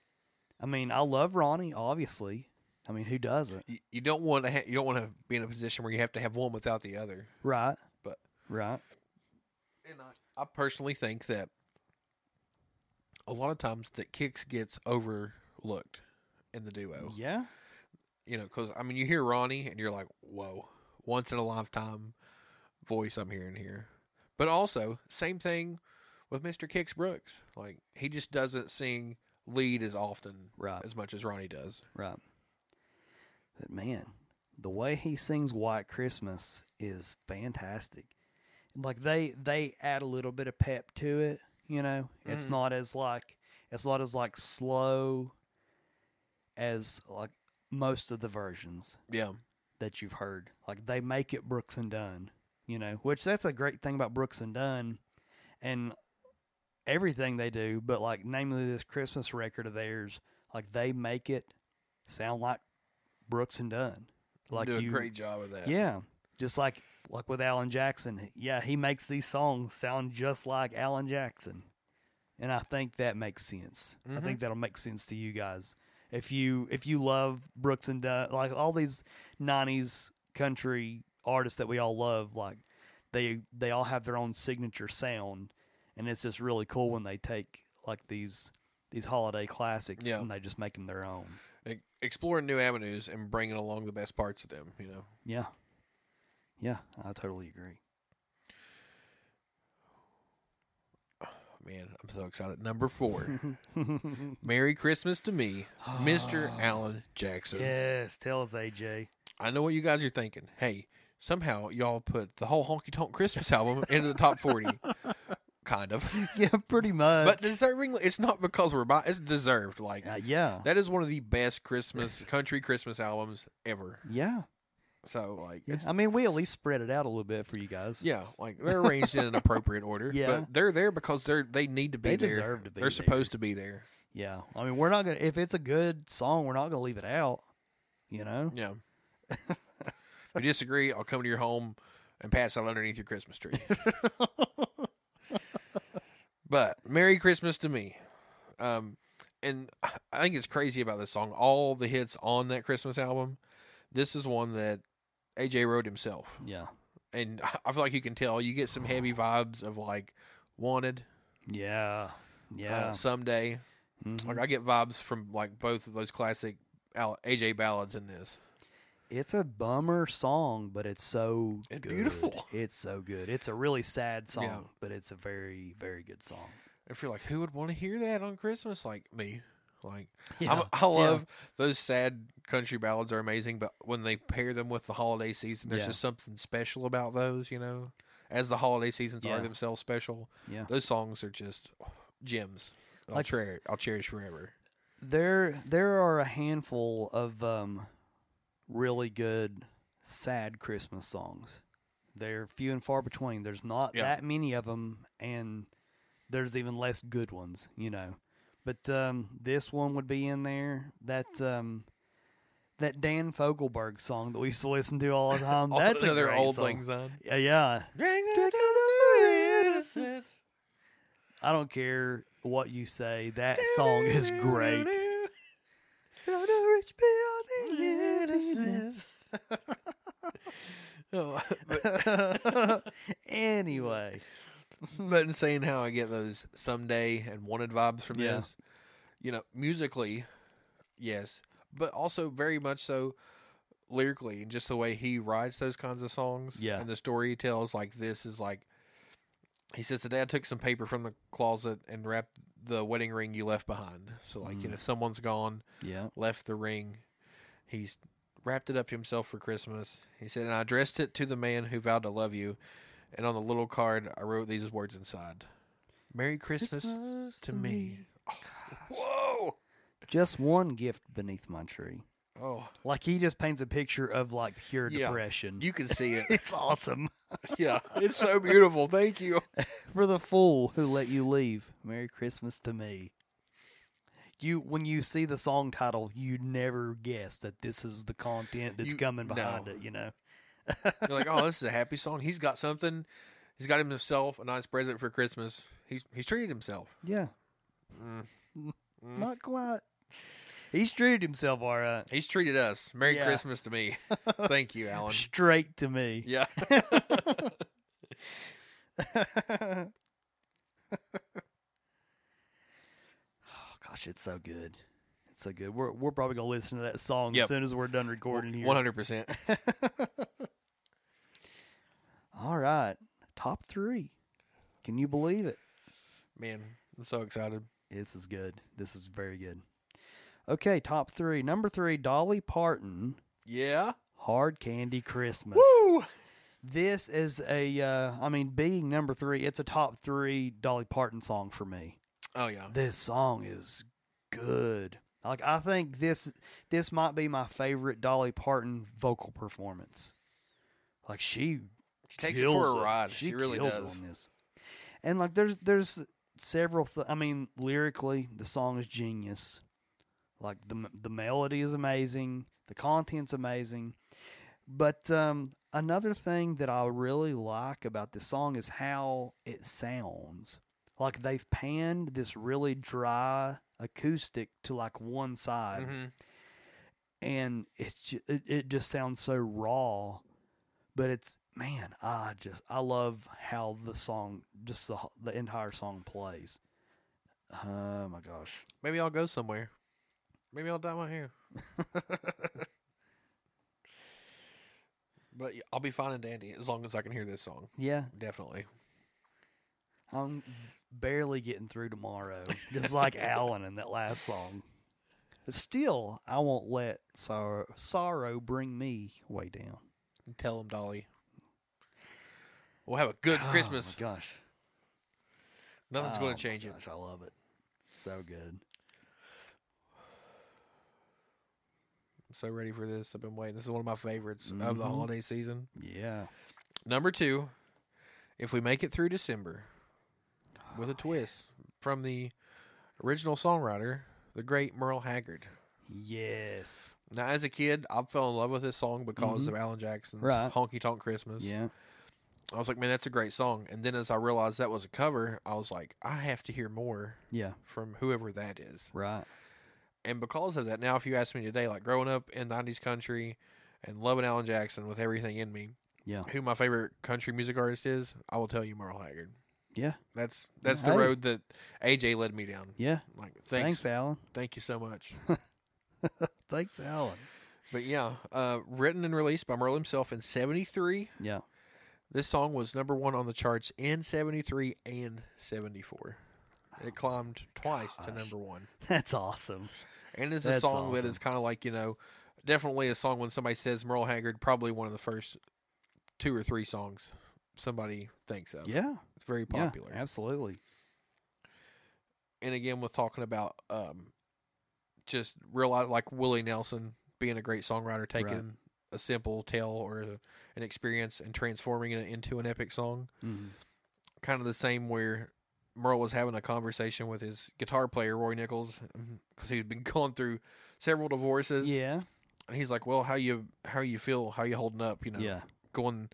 I mean, I love Ronnie, obviously. I mean, who doesn't? You, you don't want to ha- you don't want to be in a position where you have to have one without the other. Right. But- right. And I, I personally think that a lot of times that Kicks gets overlooked in the duo. Yeah. You know, because I mean, you hear Ronnie and you're like, whoa, once in a lifetime voice I'm hearing here. But also, same thing with Mr. Kicks Brooks. Like, he just doesn't sing lead as often Right. as much as Ronnie does. Right. But man, the way he sings White Christmas is fantastic. Like they they add a little bit of pep to it, you know. It's Mm. not as like it's not as like slow as like most of the versions Yeah. that you've heard. Like they make it Brooks and Dunn, you know, which that's a great thing about Brooks and Dunn and everything they do, but like namely this Christmas record of theirs, like they make it sound like Brooks and Dunn. Like you do you- a great job of that. Yeah. Just like like with Alan Jackson. Yeah, he makes these songs sound just like Alan Jackson. And I think that makes sense. I Mhm. think that'll make sense to you guys. If you if you love Brooks and Dunn, like all these 90s country artists that we all love, like they they all have their own signature sound and it's just really cool when they take like these these holiday classics Yeah. and they just make them their own. E- Exploring new avenues and bringing along the best parts of them, you know. Yeah. Yeah, I totally agree. Man, I'm so excited. Number four. Merry Christmas to me, Mr. Ah, Alan Jackson. Yes, tell us, AJ. I know what you guys are thinking. Hey, somehow y'all put the whole Honky Tonk Christmas album into the top 40. kind of. Yeah, pretty much. But deserving, it's not because we're by, it's deserved. Like, Uh, yeah, that is one of the best Christmas, country Christmas albums ever. yeah, So, like, yeah. it's, I mean, we at least spread it out a little bit for you guys. yeah, like they're arranged in an appropriate order. Yeah. But they're there because they're, they need to be They there. deserve to be They're there. supposed to be there. yeah. I mean, we're not gonna if it's a good song, we're not gonna leave it out. You know? Yeah. if you disagree, I'll come to your home and pass out underneath your Christmas tree. but Merry Christmas to me. Um, and I think it's crazy about this song. All the hits on that Christmas album, this is one that AJ wrote himself. Yeah. And I feel like you can tell you get some heavy vibes of like Wanted, Yeah. Yeah. uh, Someday. Mhm. Like I get vibes from like both of those classic Al- AJ ballads in this. It's a bummer song, but it's so It's good. beautiful. It's so good. It's a really sad song, Yeah. but it's a very, very good song. If you're like, who would want to hear that on Christmas? Like me. Like Yeah. I'm, I love those sad country ballads are amazing, but when they pair them with the holiday season, there's Yeah. just something special about those, you know. As the holiday seasons Yeah. are themselves special, Yeah. those songs are just gems. I'll, Like s- cherish, I'll cherish forever. There, there are a handful of um, really good sad Christmas songs. They're few and far between. There's not Yeah. that many of them, and there's even less good ones, you know. But um, this one would be in there. That um, that Dan Fogelberg song that we used to listen to all the time. Oh, That's another a great old song. lang syne. Yeah, yeah. Drink Drink until the innocence. I don't care what you say. That song is great. Gonna reach beyond the innocence. Oh, but- anyway, but in saying how I get those someday and wanted vibes from Yeah. this, you know, musically, yes, but also very much so lyrically and just the way he writes those kinds of songs. Yeah. And the story he tells, like this is like he says today I took some paper from the closet and wrapped the wedding ring you left behind. So like, you Mm. know, someone's gone, yeah, left the ring. He's wrapped it up himself for Christmas. He said, and I addressed it to the man who vowed to love you. And on the little card, I wrote these words inside Merry Christmas, Christmas to to me. me. Oh, whoa. just one gift beneath my tree. Oh, Like he just paints a picture of like pure Yeah. depression. you can see it. it's awesome yeah. It's so beautiful. Thank you. for the fool who let you leave. Merry Christmas to me. You when you see the song title, you never guess that this is the content that's You- coming behind no. it. You know. You're like, oh, this is a happy song. He's got something. He's got himself a nice present for Christmas. He's he's treated himself. Yeah, Mm. Mm. not quite. He's treated himself all right. He's treated us. Merry Yeah. Christmas to me. Thank you, Alan. Straight to me. Yeah. oh gosh, it's so good. It's so good. We're we're probably gonna listen to that song Yep. as soon as we're done recording here. One hundred percent. All right. Top three. Can you believe it? Man, I'm so excited. This is good. This is very good. Okay, top three. Number three, Dolly Parton, Yeah. Hard Candy Christmas. Woo. This is a, uh, I mean, being number three, it's a top three Dolly Parton song for me. Oh yeah. this song is good. Like I think this this might be my favorite Dolly Parton vocal performance. Like she She takes it kills for a ride. She, She, really kills it does. on this. And like there's there's several. Th- I mean, lyrically, the song is genius. Like the m- the melody is amazing. The content's amazing. But um, another thing that I really like about this song is how it sounds. Like they've panned this really dry acoustic to like one side hmm and it's ju- it, it just sounds so raw but it's man i just i love how the song just the, wh- the entire song plays oh my gosh Maybe I'll go somewhere. Maybe I'll dye my hair. but yeah, I'll be fine and dandy as long as I can hear this song. yeah Definitely. i'm barely getting through tomorrow just like alan in that last song but still i won't let sorrow sorrow bring me way down Tell him, Dolly. We'll have a good Oh my Christmas. gosh Nothing's Oh going my to change it. gosh, I love it. So good. I'm so ready for this. I've been waiting. This is one of my favorites of the Mhm. holiday season. Yeah. Number two, if we make it through December with Oh, a twist from the original songwriter, the great Merle Haggard. Yes. Now, as a kid, I fell in love with this song because Mhm. of Alan Jackson's Right. Honky Tonk Christmas. Yeah. I was like, man, that's a great song. And then as I realized that was a cover, I was like, I have to hear more Yeah. from whoever that is. Right. And because of that, now if you ask me today, like growing up in '90s country and loving Alan Jackson with everything in me, Yeah. who my favorite country music artist is, I will tell you Merle Haggard. Yeah. That's that's the Hey. road that AJ led me down. Yeah. Like, thanks, Thanks, Alan. thank you so much. Thanks, Alan. But yeah, uh, written and released by Merle himself in '73. Yeah. This song was number one on the charts in '73 and '74. It climbed twice to gosh. number one, That's awesome. and it's a That's song that awesome. is kind of like you know, definitely a song when somebody says Merle Haggard, probably one of the first two or three songs somebody thinks of. Yeah. it's very popular. Yeah. Absolutely. and again with talking about um just realize like Willie Nelson being a great songwriter taking a simple tale or a, an experience and transforming it into an epic song hmm kind of the same where Merle was having a conversation with his guitar player Roy Nichols because he'd been going through several divorces Yeah. and he's like well how you how you feel how you holding up you know Yeah. going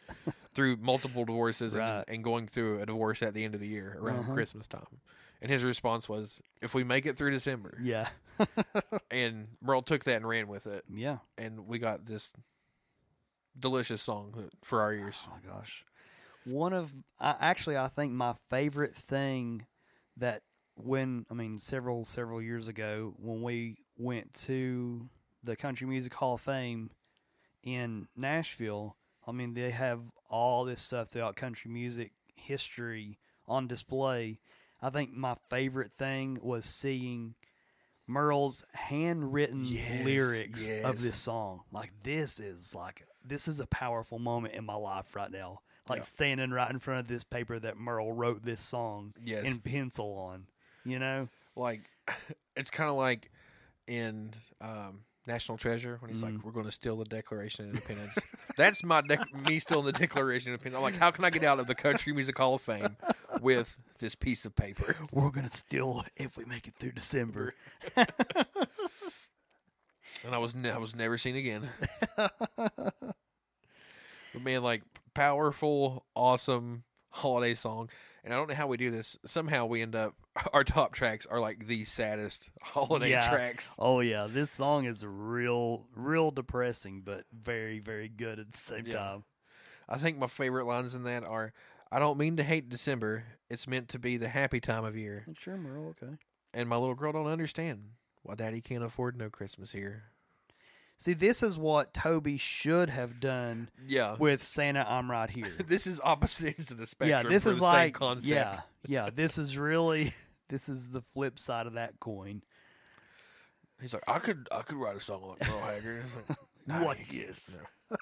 through multiple divorces Right. and, and going through a divorce at the end of the year around Uh-huh. Christmas time and his response was if we make it through December Yeah. and Merle took that and ran with it, Yeah. and we got this delicious song that- for our ears. Oh my gosh. One of I, actually I think my favorite thing that when I mean several several years ago when we went to the Country Music Hall of Fame in Nashville, I mean they have all this stuff throughout country music history on display. I think my favorite thing was seeing Merle's handwritten Yes, lyrics of yes. this song. Like this is like this is a powerful moment in my life right now. Like Yeah. standing right in front of this paper that Merle wrote this song Yes, in pencil on. You know? like it's kind of like in um, National Treasure when he's like, Mm-hmm. "We're going to steal the Declaration of Independence." That's my dec- me stealing the Declaration of Independence. I'm like, how can I get out of the Country Music Hall of Fame with this piece of paper? We're gonna steal it if we make it through December. And I was ne- I was never seen again. but man, like powerful, awesome holiday song. And I don't know how we do this. Somehow we end up our top tracks are like the saddest holiday Yeah. tracks. Oh yeah, this song is real real depressing but very, very good at the same Yeah. time. I think my favorite lines in that are I don't mean to hate December. It's meant to be the happy time of year. Sure, Merle, okay. And my little girl don't understand why daddy can't afford no Christmas here. See, this is what Toby should have done Yeah. with Santa I'm Right Here. This is opposite ends of the spectrum yeah, this for is the same like concept. yeah, yeah. This is really this is the flip side of that coin. He's like, I could, I could write a song like Merle Haggard. It's like, nah, What you can't. is? No.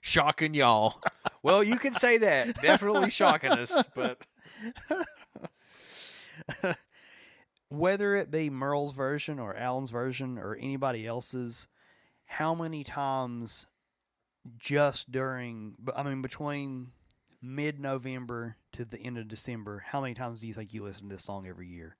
shocking y'all? Well, you can say that. Definitely shocking us, but Whether it be Merle's version or Alan's version or anybody else's, how many times just during, but I mean, between mid November to the end of December, how many times do you think you listen to this song every year?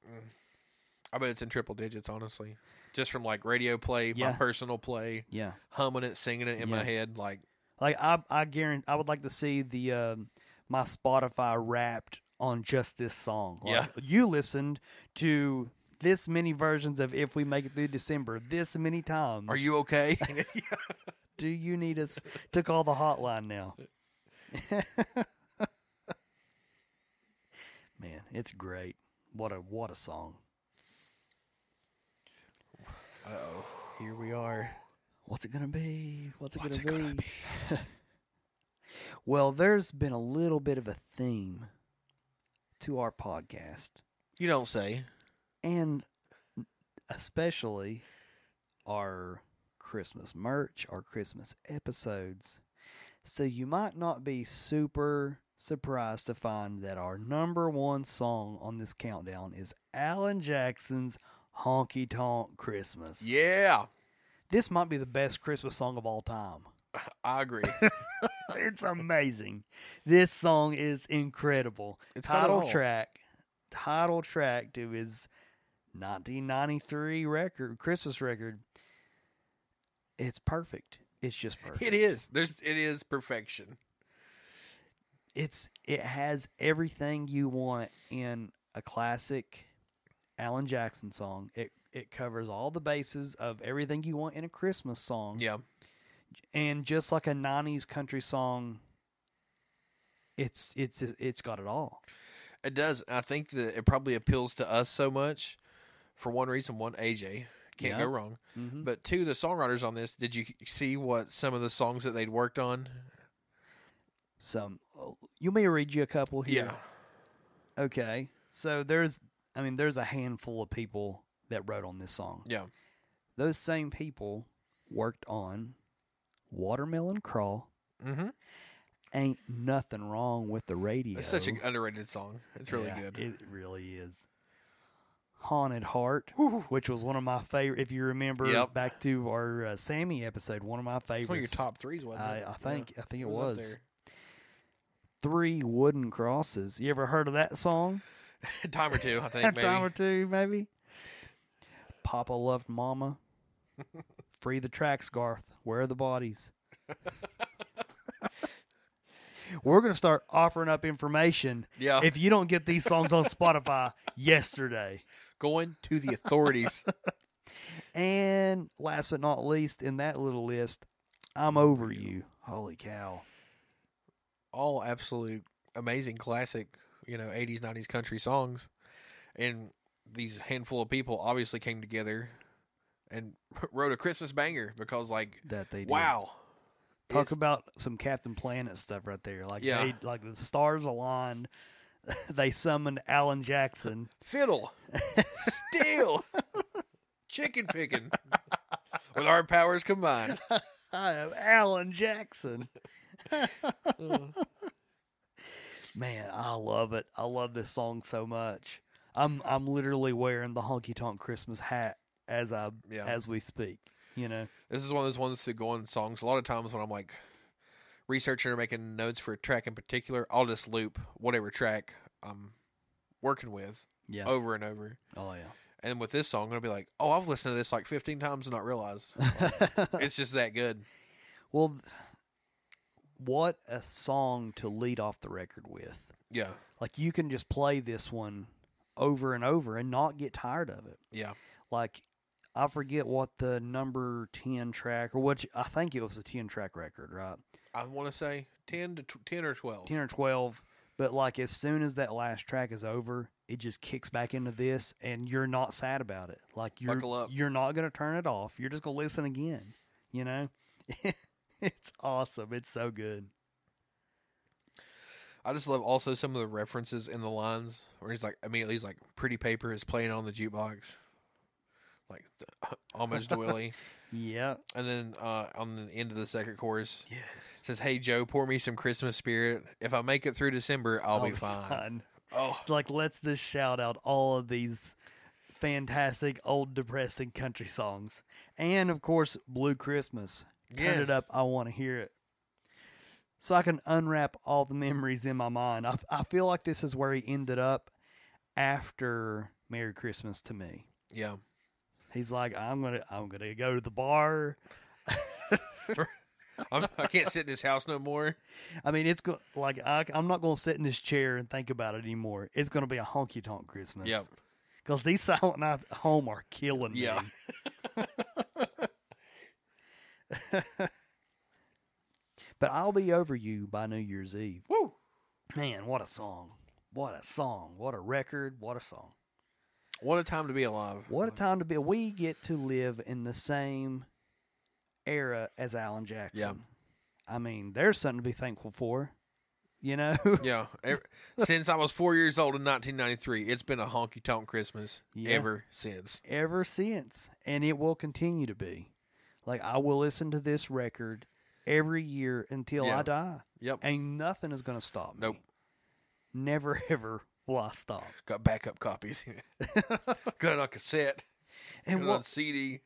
I bet it's in triple digits, honestly. Just from like radio play, my Yeah. personal play, Yeah. humming it, singing it in my Yeah. head. Like, Like I, I guarantee, I would like to see the um my Spotify wrapped on just this song. Like, Yeah. you listened to this many versions of "If We Make It Through December" this many times. are you okay? Do you need us to call the hotline now? Man, it's great. What a what a song. oh, here we are. What's it gonna be? What's it, What's gonna, it gonna be? well, there's been a little bit of a theme to our podcast, You don't say. and especially our Christmas merch, our Christmas episodes. So you might not be super surprised to find that our number one song on this countdown is Alan Jackson's "Honky Tonk Christmas." Yeah, this might be the best Christmas song of all time. I agree. it's amazing. This song is incredible. It's got it title all. track, title track to his 1993 record, Christmas record. It's perfect. It's just perfect. It is. There's. It is perfection. it's it has everything you want in a classic Alan Jackson song. It it covers all the bases of everything you want in a Christmas song. Yeah. And just like a 90s country song, it's it's it's got it all. It does. I think that it probably appeals to us so much for one reason. One, AJ can't Yeah. go wrong. Mhm. But two, the songwriters on this. Did you see what some of the songs that they'd worked on? Some oh, you may read you a couple here. Yeah. Okay. So there's I mean there's a handful of people that wrote on this song. Yeah. Those same people worked on Watermelon Crawl. Mm-hmm. Ain't nothing wrong with the radio. It's such an underrated song. It's really Yeah, good. It really is. Haunted Heart, Whew. which was one of my favorite. If you remember Yep. back to our uh, Sammy episode, one of my It's one of your favorites. top threes, wasn't I, it? I Yeah. think I think it up was, there. Three Wooden Crosses. You ever heard of that song? A time or two, I think. That Maybe. time or two, maybe. Papa loved Mama. Free the tracks, Garth. Where are the bodies? We're gonna start offering up information. Yeah, If you don't get these songs on Spotify yesterday. going to the authorities. And last but not least in that little list, I'm over you. Holy cow. all absolute amazing classic, you know, 80s, 90s country songs. And these handful of people obviously came together and wrote a Christmas banger because, like, That they did. wow. Talk It's- about some Captain Planet stuff right there. Like Yeah. they like the stars aligned. they summoned Alan Jackson. fiddle, steel, chicken picking with our powers combined. I am Alan Jackson. Mm. Man, I love it. I love this song so much. I'm I'm literally wearing the honky tonk Christmas hat as I Yeah. as we speak. You know. This is one of those ones that go on songs. A lot of times when I'm like researching or making notes for a track in particular, I'll just loop whatever track I'm working with Yeah. over and over. oh yeah. And with this song, I'm gonna be like, oh, I've listened to this like 15 times and not realized. it's just that good. Well, th- what a song to lead off the record with. Yeah, Like, you can just play this one over and over and not get tired of it. yeah, Like, I forget what the number 10 track, or what I think it was a 10 track record, right? I want to say 10 to tw 10 or 12. 10 or 12. But, like, as soon as that last track is over, it just kicks back into this, and you're not sad about it. Like, you're, Buckle up. you're not going to turn it off. You're just going to listen again, you know? it's awesome. It's so good. I just love also some of the references in the lines where he's like immediately he's like, "Pretty Paper" is playing on the jukebox, like the, homage to Willie. Yeah. And then uh, on the end of the second chorus, Yes. it says, "Hey Joe, pour me some Christmas spirit. If I make it through December, I'll, be, fine." Oh, Like, let's just shout out all of these fantastic old depressing country songs. And of course, Blue Christmas. Turn yes. it up. I want to hear it. So I can unwrap all the memories in my mind. I, I feel like this is where he ended up after Merry Christmas to me. Yeah. He's like, I'm gonna I'm gonna go to the bar. I'm, I can't sit in this house no more. I mean, it's go- like I, I'm not gonna sit in this chair and think about it anymore. It's gonna be a honky tonk Christmas. Yep. Because these silent nights at home are killing me. Yeah. but I'll be over you by New Year's Eve. Woo. Man, what a song. What a song. What a record. What a song. What a time to be alive. What a Like, time to be. We get to live in the same era as Alan Jackson. I mean, there's something to be thankful for, you know? Yeah. Ever, since I was four years old in 1993, it's been a honky tonk Christmas Yeah. ever since. ever since, and it will continue to be. Like I will listen to this record every year until Yeah. I die, Yep. and nothing is going to stop me. Nope. Never ever will I stop. Got backup copies. Got it on cassette. And got it on what? CD.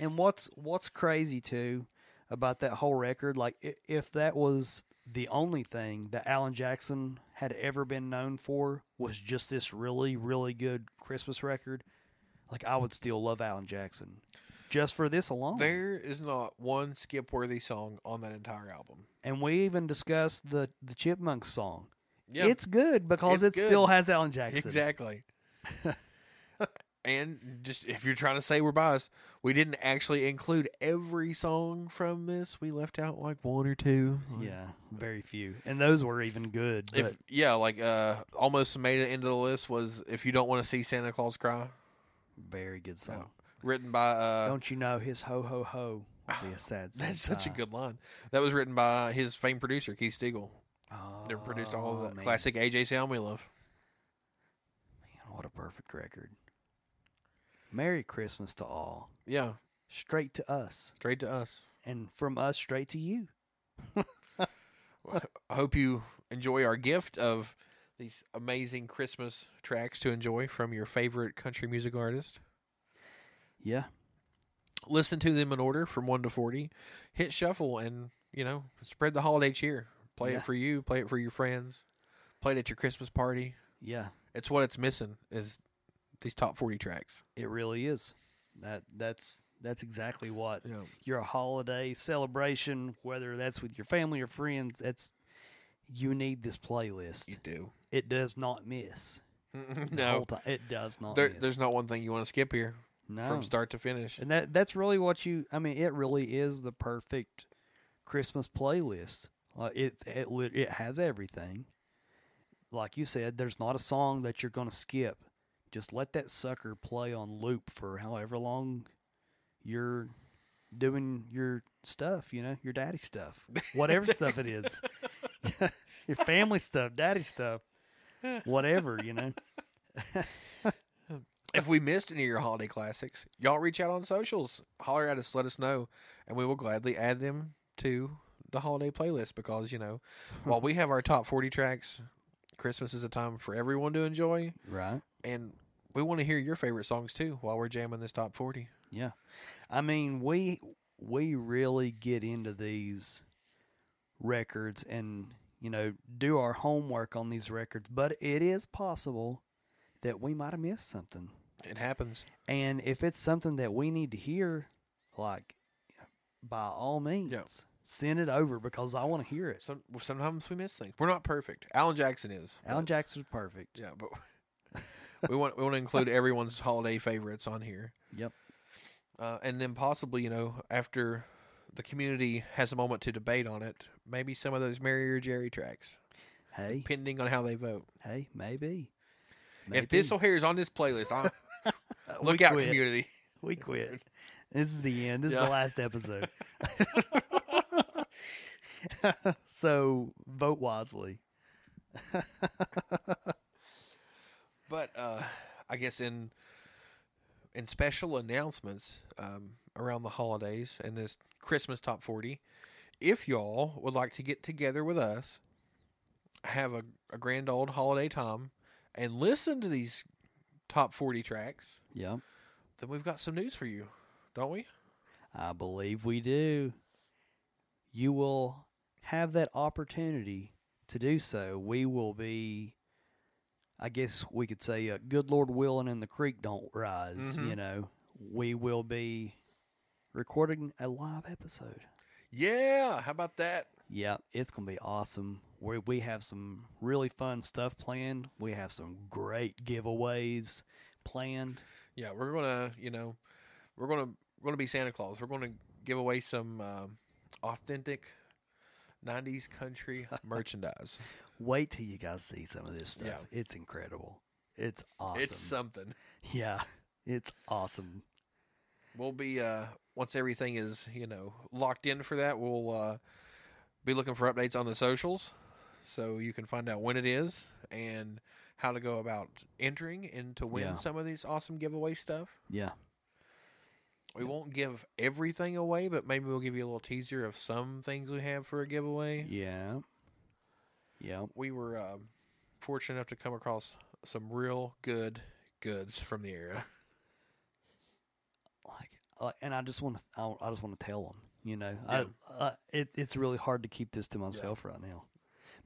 And what's what's crazy too about that whole record? Like i- if that was the only thing that Alan Jackson had ever been known for was just this really really good Christmas record, like I would still love Alan Jackson. just for this alone. There is not one skip worthy song on that entire album. and we even discussed the the Chipmunks song. Yeah, It's good because It's it still good. has Alan Jackson. exactly. and just if you're trying to say we're biased, we didn't actually include every song from this. We left out like one or two. Like, Yeah, very few, and those were even good. But If yeah, like uh, almost made it into the list was if you don't want to see Santa Claus cry, very good song. written by Oh, uh, Don't you know his ho ho ho would be a sad. That's sad such a time. good line. That was written by his famed producer, Keith Stigall. They produced all Oh, the man. classic AJ Sound we love. Man, what a perfect record. Merry Christmas to all. Yeah, Straight to us, straight to us. and from us straight to you. I hope you enjoy our gift of these amazing Christmas tracks to enjoy from your favorite country music artist. Yeah, Listen to them in order from 1 to 40. Hit shuffle and, you know, spread the holiday cheer. Play Yeah. it for you, play it for your friends, play it at your Christmas party. yeah, It's what it's missing is these top 40 tracks. it really is. That that's that's exactly what You know, your holiday celebration, whether that's with your family or friends, that's you need this playlist. you do. It does not miss. the whole no. ti- it does not. There, miss. there's not one thing you want to skip here no. from start to finish. and that that's really what you. I mean, it really is the perfect Christmas playlist. Like it, it lit- it has everything. Like you said, there's not a song that you're going to skip. Just let that sucker play on loop for however long you're doing your stuff. You know, your daddy stuff, whatever stuff it is, your family stuff, daddy stuff, whatever. You know, If we missed any of your holiday classics, y'all reach out on socials, holler at us, let us know, and we will gladly add them to the holiday playlist because, you know, while we have our top 40 tracks, Christmas is a time for everyone to enjoy, right? and we want to hear your favorite songs too while we're jamming this top 40. Yeah. I mean, we we really get into these records and, you know, do our homework on these records, but it is possible that we might have missed something. It happens. And if it's something that we need to hear, like by all means, send it over because I want to hear it. Some, sometimes we miss things. We're not perfect. Alan Jackson is. Alan but- Jackson's perfect. Yeah, but we want we want to include everyone's holiday favorites on here. Yep. Uh, and then possibly, you know, after the community has a moment to debate on it, maybe some of those Merrier Jerry tracks, Hey, depending on how they vote. hey, maybe. If this Maybe. over here is on this playlist, I, Uh, we look out, quit. community. We quit. This is the end. This is Yeah. the last episode. so vote wisely. But uh, I guess in in special announcements um, around the holidays and this Christmas top forty, if y'all would like to get together with us, have a, a grand old holiday time, and listen to these top forty tracks, Yep. then we've got some news for you, don't we? I believe we do. You will have that opportunity to do so. We will be, I guess we could say, uh, good Lord willing, and the creek don't rise. Mhm. You know, we will be recording a live episode. Yeah, how about that? Yeah, it's gonna be awesome. We we have some really fun stuff planned. We have some great giveaways planned. Yeah, we're gonna, you know, we're gonna we're gonna be Santa Claus. We're gonna give away some um, authentic '90s country merchandise. Wait till you guys see some of this stuff. Yeah. It's incredible. It's awesome. It's something. yeah, it's awesome. We'll be uh once everything is, you know, locked in for that, we'll uh be looking for updates on the socials so you can find out when it is and how to go about entering and to win Yeah. some of these awesome giveaway stuff. Yeah, We won't give everything away, but maybe we'll give you a little teaser of some things we have for a giveaway. yeah, yeah. We were um, fortunate enough to come across some real good goods from the era. Like, uh, and I just want to. I, I just want to tell them. You know, Yeah. I, uh, it, it's really hard to keep this to myself right now.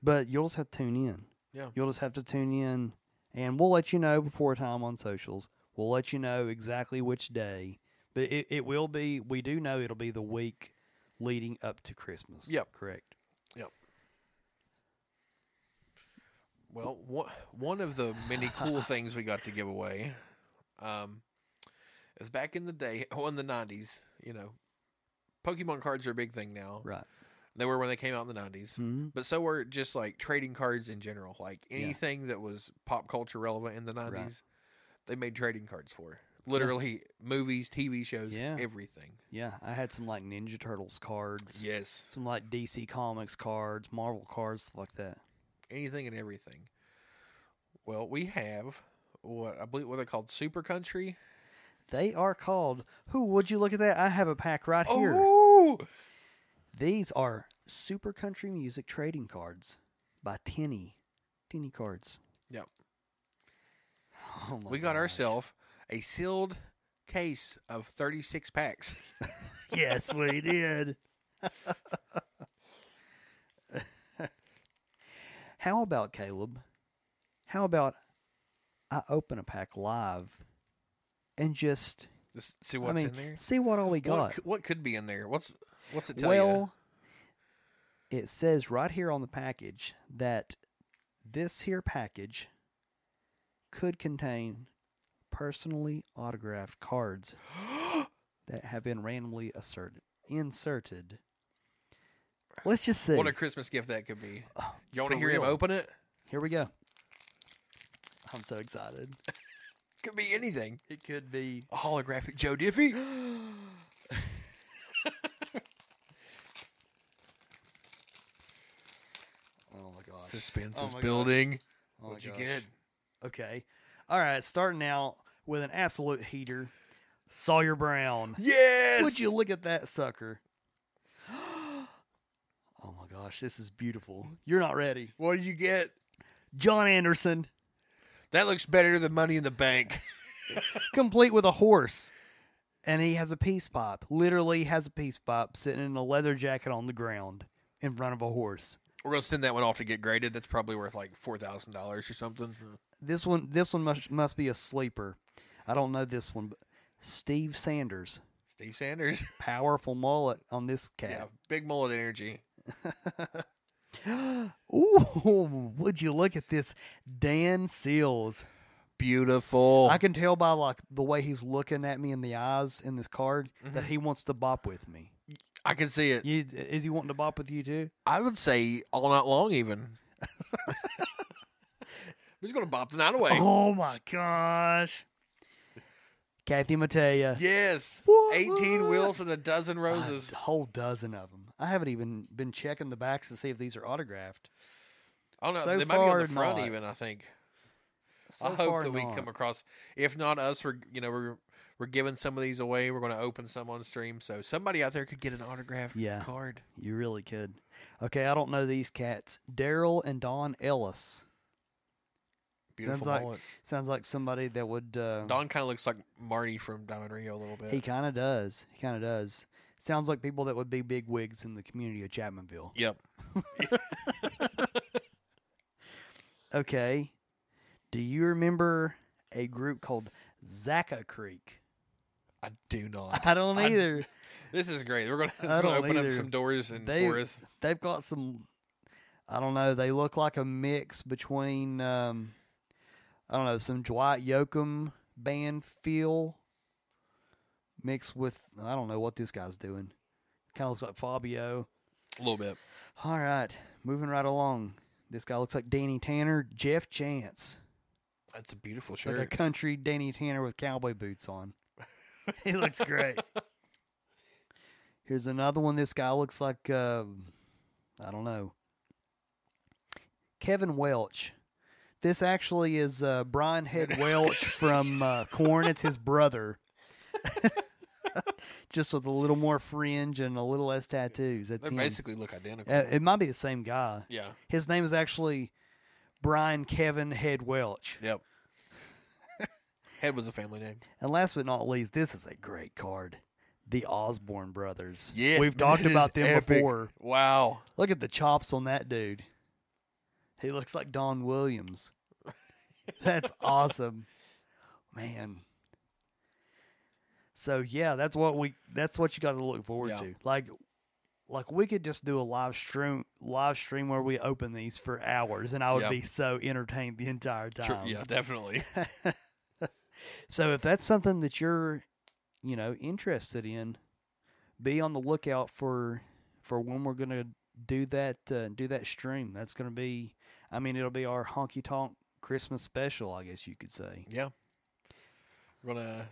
But you'll just have to tune in. Yeah. You'll just have to tune in, and we'll let you know before time on socials. We'll let you know exactly which day But it, it will be, we do know it'll be the week leading up to Christmas. Yep. Correct. Well, one one of the many cool things we got to give away, um, is back in the day, well, in the '90s. You know, Pokemon cards are a big thing now. Right. They were when they came out in the '90s, Mm-hmm. but so were just like trading cards in general. Like Yeah. anything that was pop culture relevant in the '90s, they made trading cards for. Literally, movies, TV shows, Yeah. everything. Yeah. I had some like Ninja Turtles cards, Yes, some like DC Comics cards, Marvel cards, stuff like that. anything and everything. Well, we have what I believe what they're called Super Country. They are called, who would you look at that? I have a pack right here. Oh, These are Super Country Music trading cards by Tinny. Tinny cards. Yep. Oh my we got gosh. ourselves a sealed case of 36 packs. Yes, we did. How about Caleb? How about I open a pack live and just Just see what's I mean in there. see what all we What, got. c- what could be in there? What's what's it tell you? Well, it says right here on the package that this here package could contain personally autographed cards that have been randomly asserted, inserted. Let's just see. what a Christmas gift that could be. Oh, You want to for hear him real. open it? Here we go. I'm so excited. Could be anything. It could be. A holographic Joe Diffie. Oh my gosh. Suspense Oh is my gosh. building. Oh my What'd you gosh. get? Okay. All right. Starting out with an absolute heater Sawyer Brown. Yes. Would you look at that sucker? oh my gosh. This is beautiful. You're not ready. What did you get? John Anderson, That looks better than Money in the Bank. complete with a horse. And he has a peace pipe. Literally has a peace pipe sitting in a leather jacket on the ground in front of a horse. We're gonna send that one off to get graded. That's probably worth like four thousand dollars or something. Hmm. This one, this one must must be a sleeper. I don't know this one, but Steve Sanders, Steve Sanders. powerful mullet on this yeah, cat. big mullet energy. Ooh, would you look at this, Dan Seals? Beautiful. I can tell by like the way he's looking at me in the eyes in this card that Mhm. he wants to bop with me. I can see it. You, is he wanting to bop with you too? I would say all night long, even. I'm just gonna bop the night away. Oh my gosh, Kathy Mattea. Yes, What, eighteen what? wheels and a dozen A roses. whole dozen of them. I haven't even been checking the backs to see if these are autographed. Oh no, so they might be on far, the front not. even. I think. So I hope far, that we not. come across. If not us, we're you know we're we're giving some of these away. We're going to open some on stream, so somebody out there could get an autographed Yeah. card. You really could. Okay, I don't know these cats. Daryl and Don Ellis. Beautiful like- mullet. Sounds like somebody that would. Uh, Don kind of looks like Marty from Diamond Rio a little bit. He kind of does. He kind of does. Sounds like people that would be big wigs in the community of Chapmanville. yep. Okay. Do you remember a group called Zaka Creek? I do not. I don't I- either. This is great. We're going I to don't open either. up some doors and They- for us. They've got some. I don't know. They look like a mix between, um, I don't know, some Dwight Yoakam band feel mixed with, I don't know what this guy's doing. Kind of looks like Fabio. A little bit. All right, moving right along. This guy looks like Danny Tanner, Jeff Chance, That's a beautiful like a shirt. country Danny Tanner with cowboy boots on. he looks great. Here's another one. This guy looks like uh, I don't know. Kevin Welch. This actually is uh, Brian Head Welch from uh, Corn. It's his brother. Just with a little more fringe and a little less tattoos. That's They him. basically look identical. Uh, it might be the same guy. yeah. His name is actually Brian Kevin Head Welch. Yep. Head was a family name. And last but not least, this is a great card. The Osborne brothers. Yes, We've that talked is about them epic. before. Wow. Look at the chops on that dude. He looks like Don Williams. That's awesome. Man. So yeah, that's what we that's what you got to look forward Yeah. to. Like like we could just do a live stream live stream where we open these for hours and I would Yep. be so entertained the entire time. Sure, yeah, definitely. So if that's something that you're, you know, interested in, be on the lookout for for when we're going to do that uh, do that stream. That's going to be I mean, it'll be our honky tonk Christmas special, I guess you could say. Yeah. We're going to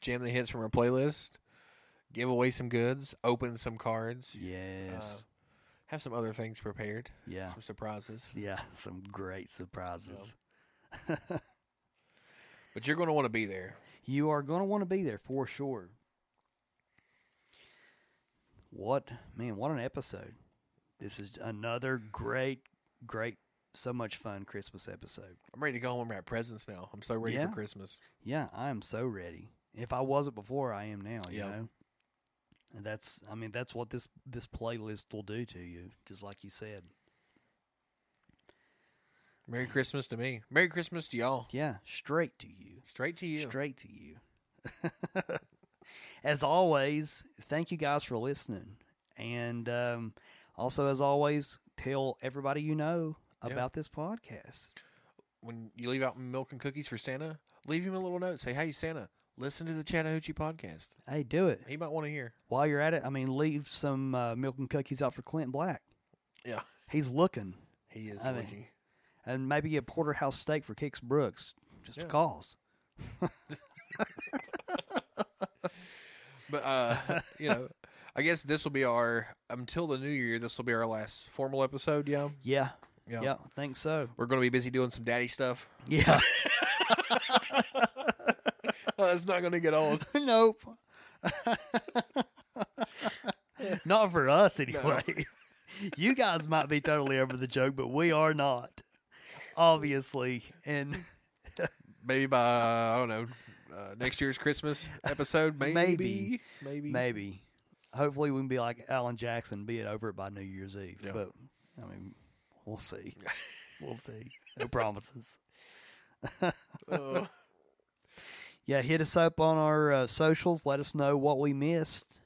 jam the hits from our playlist, give away some goods, open some cards, uh, Yes. have some other things prepared, yeah. some surprises. Yeah, some great surprises. But you're going to want to be there. You are going to want to be there for sure. What, man, what an episode. This is another great, great, so much fun Christmas episode. I'm ready to go home and wrap presents now. I'm so ready Yeah. for Christmas. Yeah, I am so ready. If I wasn't before, I am now, you Yeah. know. And that's I mean that's what this this playlist will do to you, just like you said. Merry Christmas to me. Merry Christmas to y'all. Yeah, straight to you. Straight to you. straight to you. as always, thank you guys for listening. And um, also, as always, tell everybody you know Yeah. about this podcast. when you leave out milk and cookies for Santa, leave him a little note. Say, hey, Santa, listen to the Chattahoochee podcast. Hey, do it. He might want to hear. While you're at it, I mean, leave some uh, milk and cookies out for Clint Black. Yeah. He's looking. He is I mean- lucky. And maybe a porterhouse steak for Kix Brooks, just Yeah. because. But, uh, you know, I guess this will be our, until the new year, this will be our last formal episode. Yeah. Yeah, Yeah. yeah, I think so. We're going to be busy doing some daddy stuff. Yeah. Oh, it's not going to get old. nope. not for us anyway. you guys might be totally over the joke, but we are not. Obviously. And Maybe by, I don't know, uh, next year's Christmas episode. Maybe. Maybe. Maybe. maybe. Hopefully we can be like Alan Jackson, be it over it by New Year's Eve. Yeah. But I mean, we'll see. we'll see. No promises. Uh, Yeah, hit us up on our uh, socials. Let us know what we missed.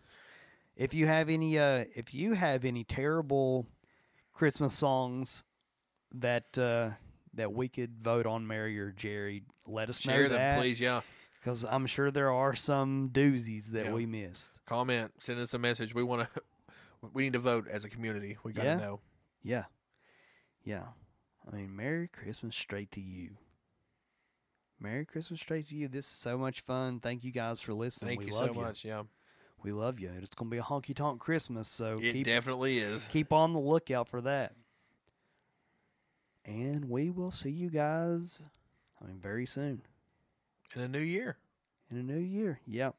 If you have any, uh, if you have any terrible Christmas songs that uh, that we could vote on, Mary or Jerry, let us share know them, that please. Yeah. because I'm sure there are some doozies that Yeah. we missed. Comment. Send us a message. We want to, we need to vote as a community. We got to Yeah. know. Yeah, yeah. I mean, Merry Christmas straight to you. Merry Christmas straight to you. This is so much fun. Thank you guys for listening. Thank we you love so much. Yeah. We love you. It's gonna be a honky tonk Christmas. So It keep definitely is. keep on the lookout for that. And we will see you guys, I mean, very soon In a new year. in a new year. Yep.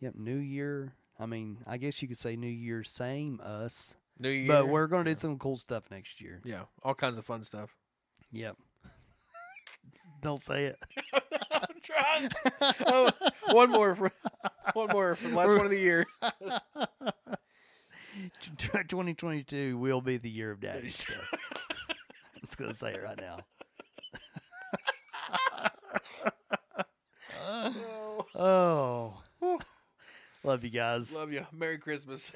Yep. New year. I mean, I guess you could say new year, same us. New year. But we're going to yeah. do some cool stuff next year. Yeah. All kinds of fun stuff. Yep. Don't say it. I'm trying. Oh, one more. For, one more for the last one of the year. 2022 will be the year of daddy stuff. Let's go say it right now. Oh, Oh. Whew. Love you guys. love you. Merry Christmas.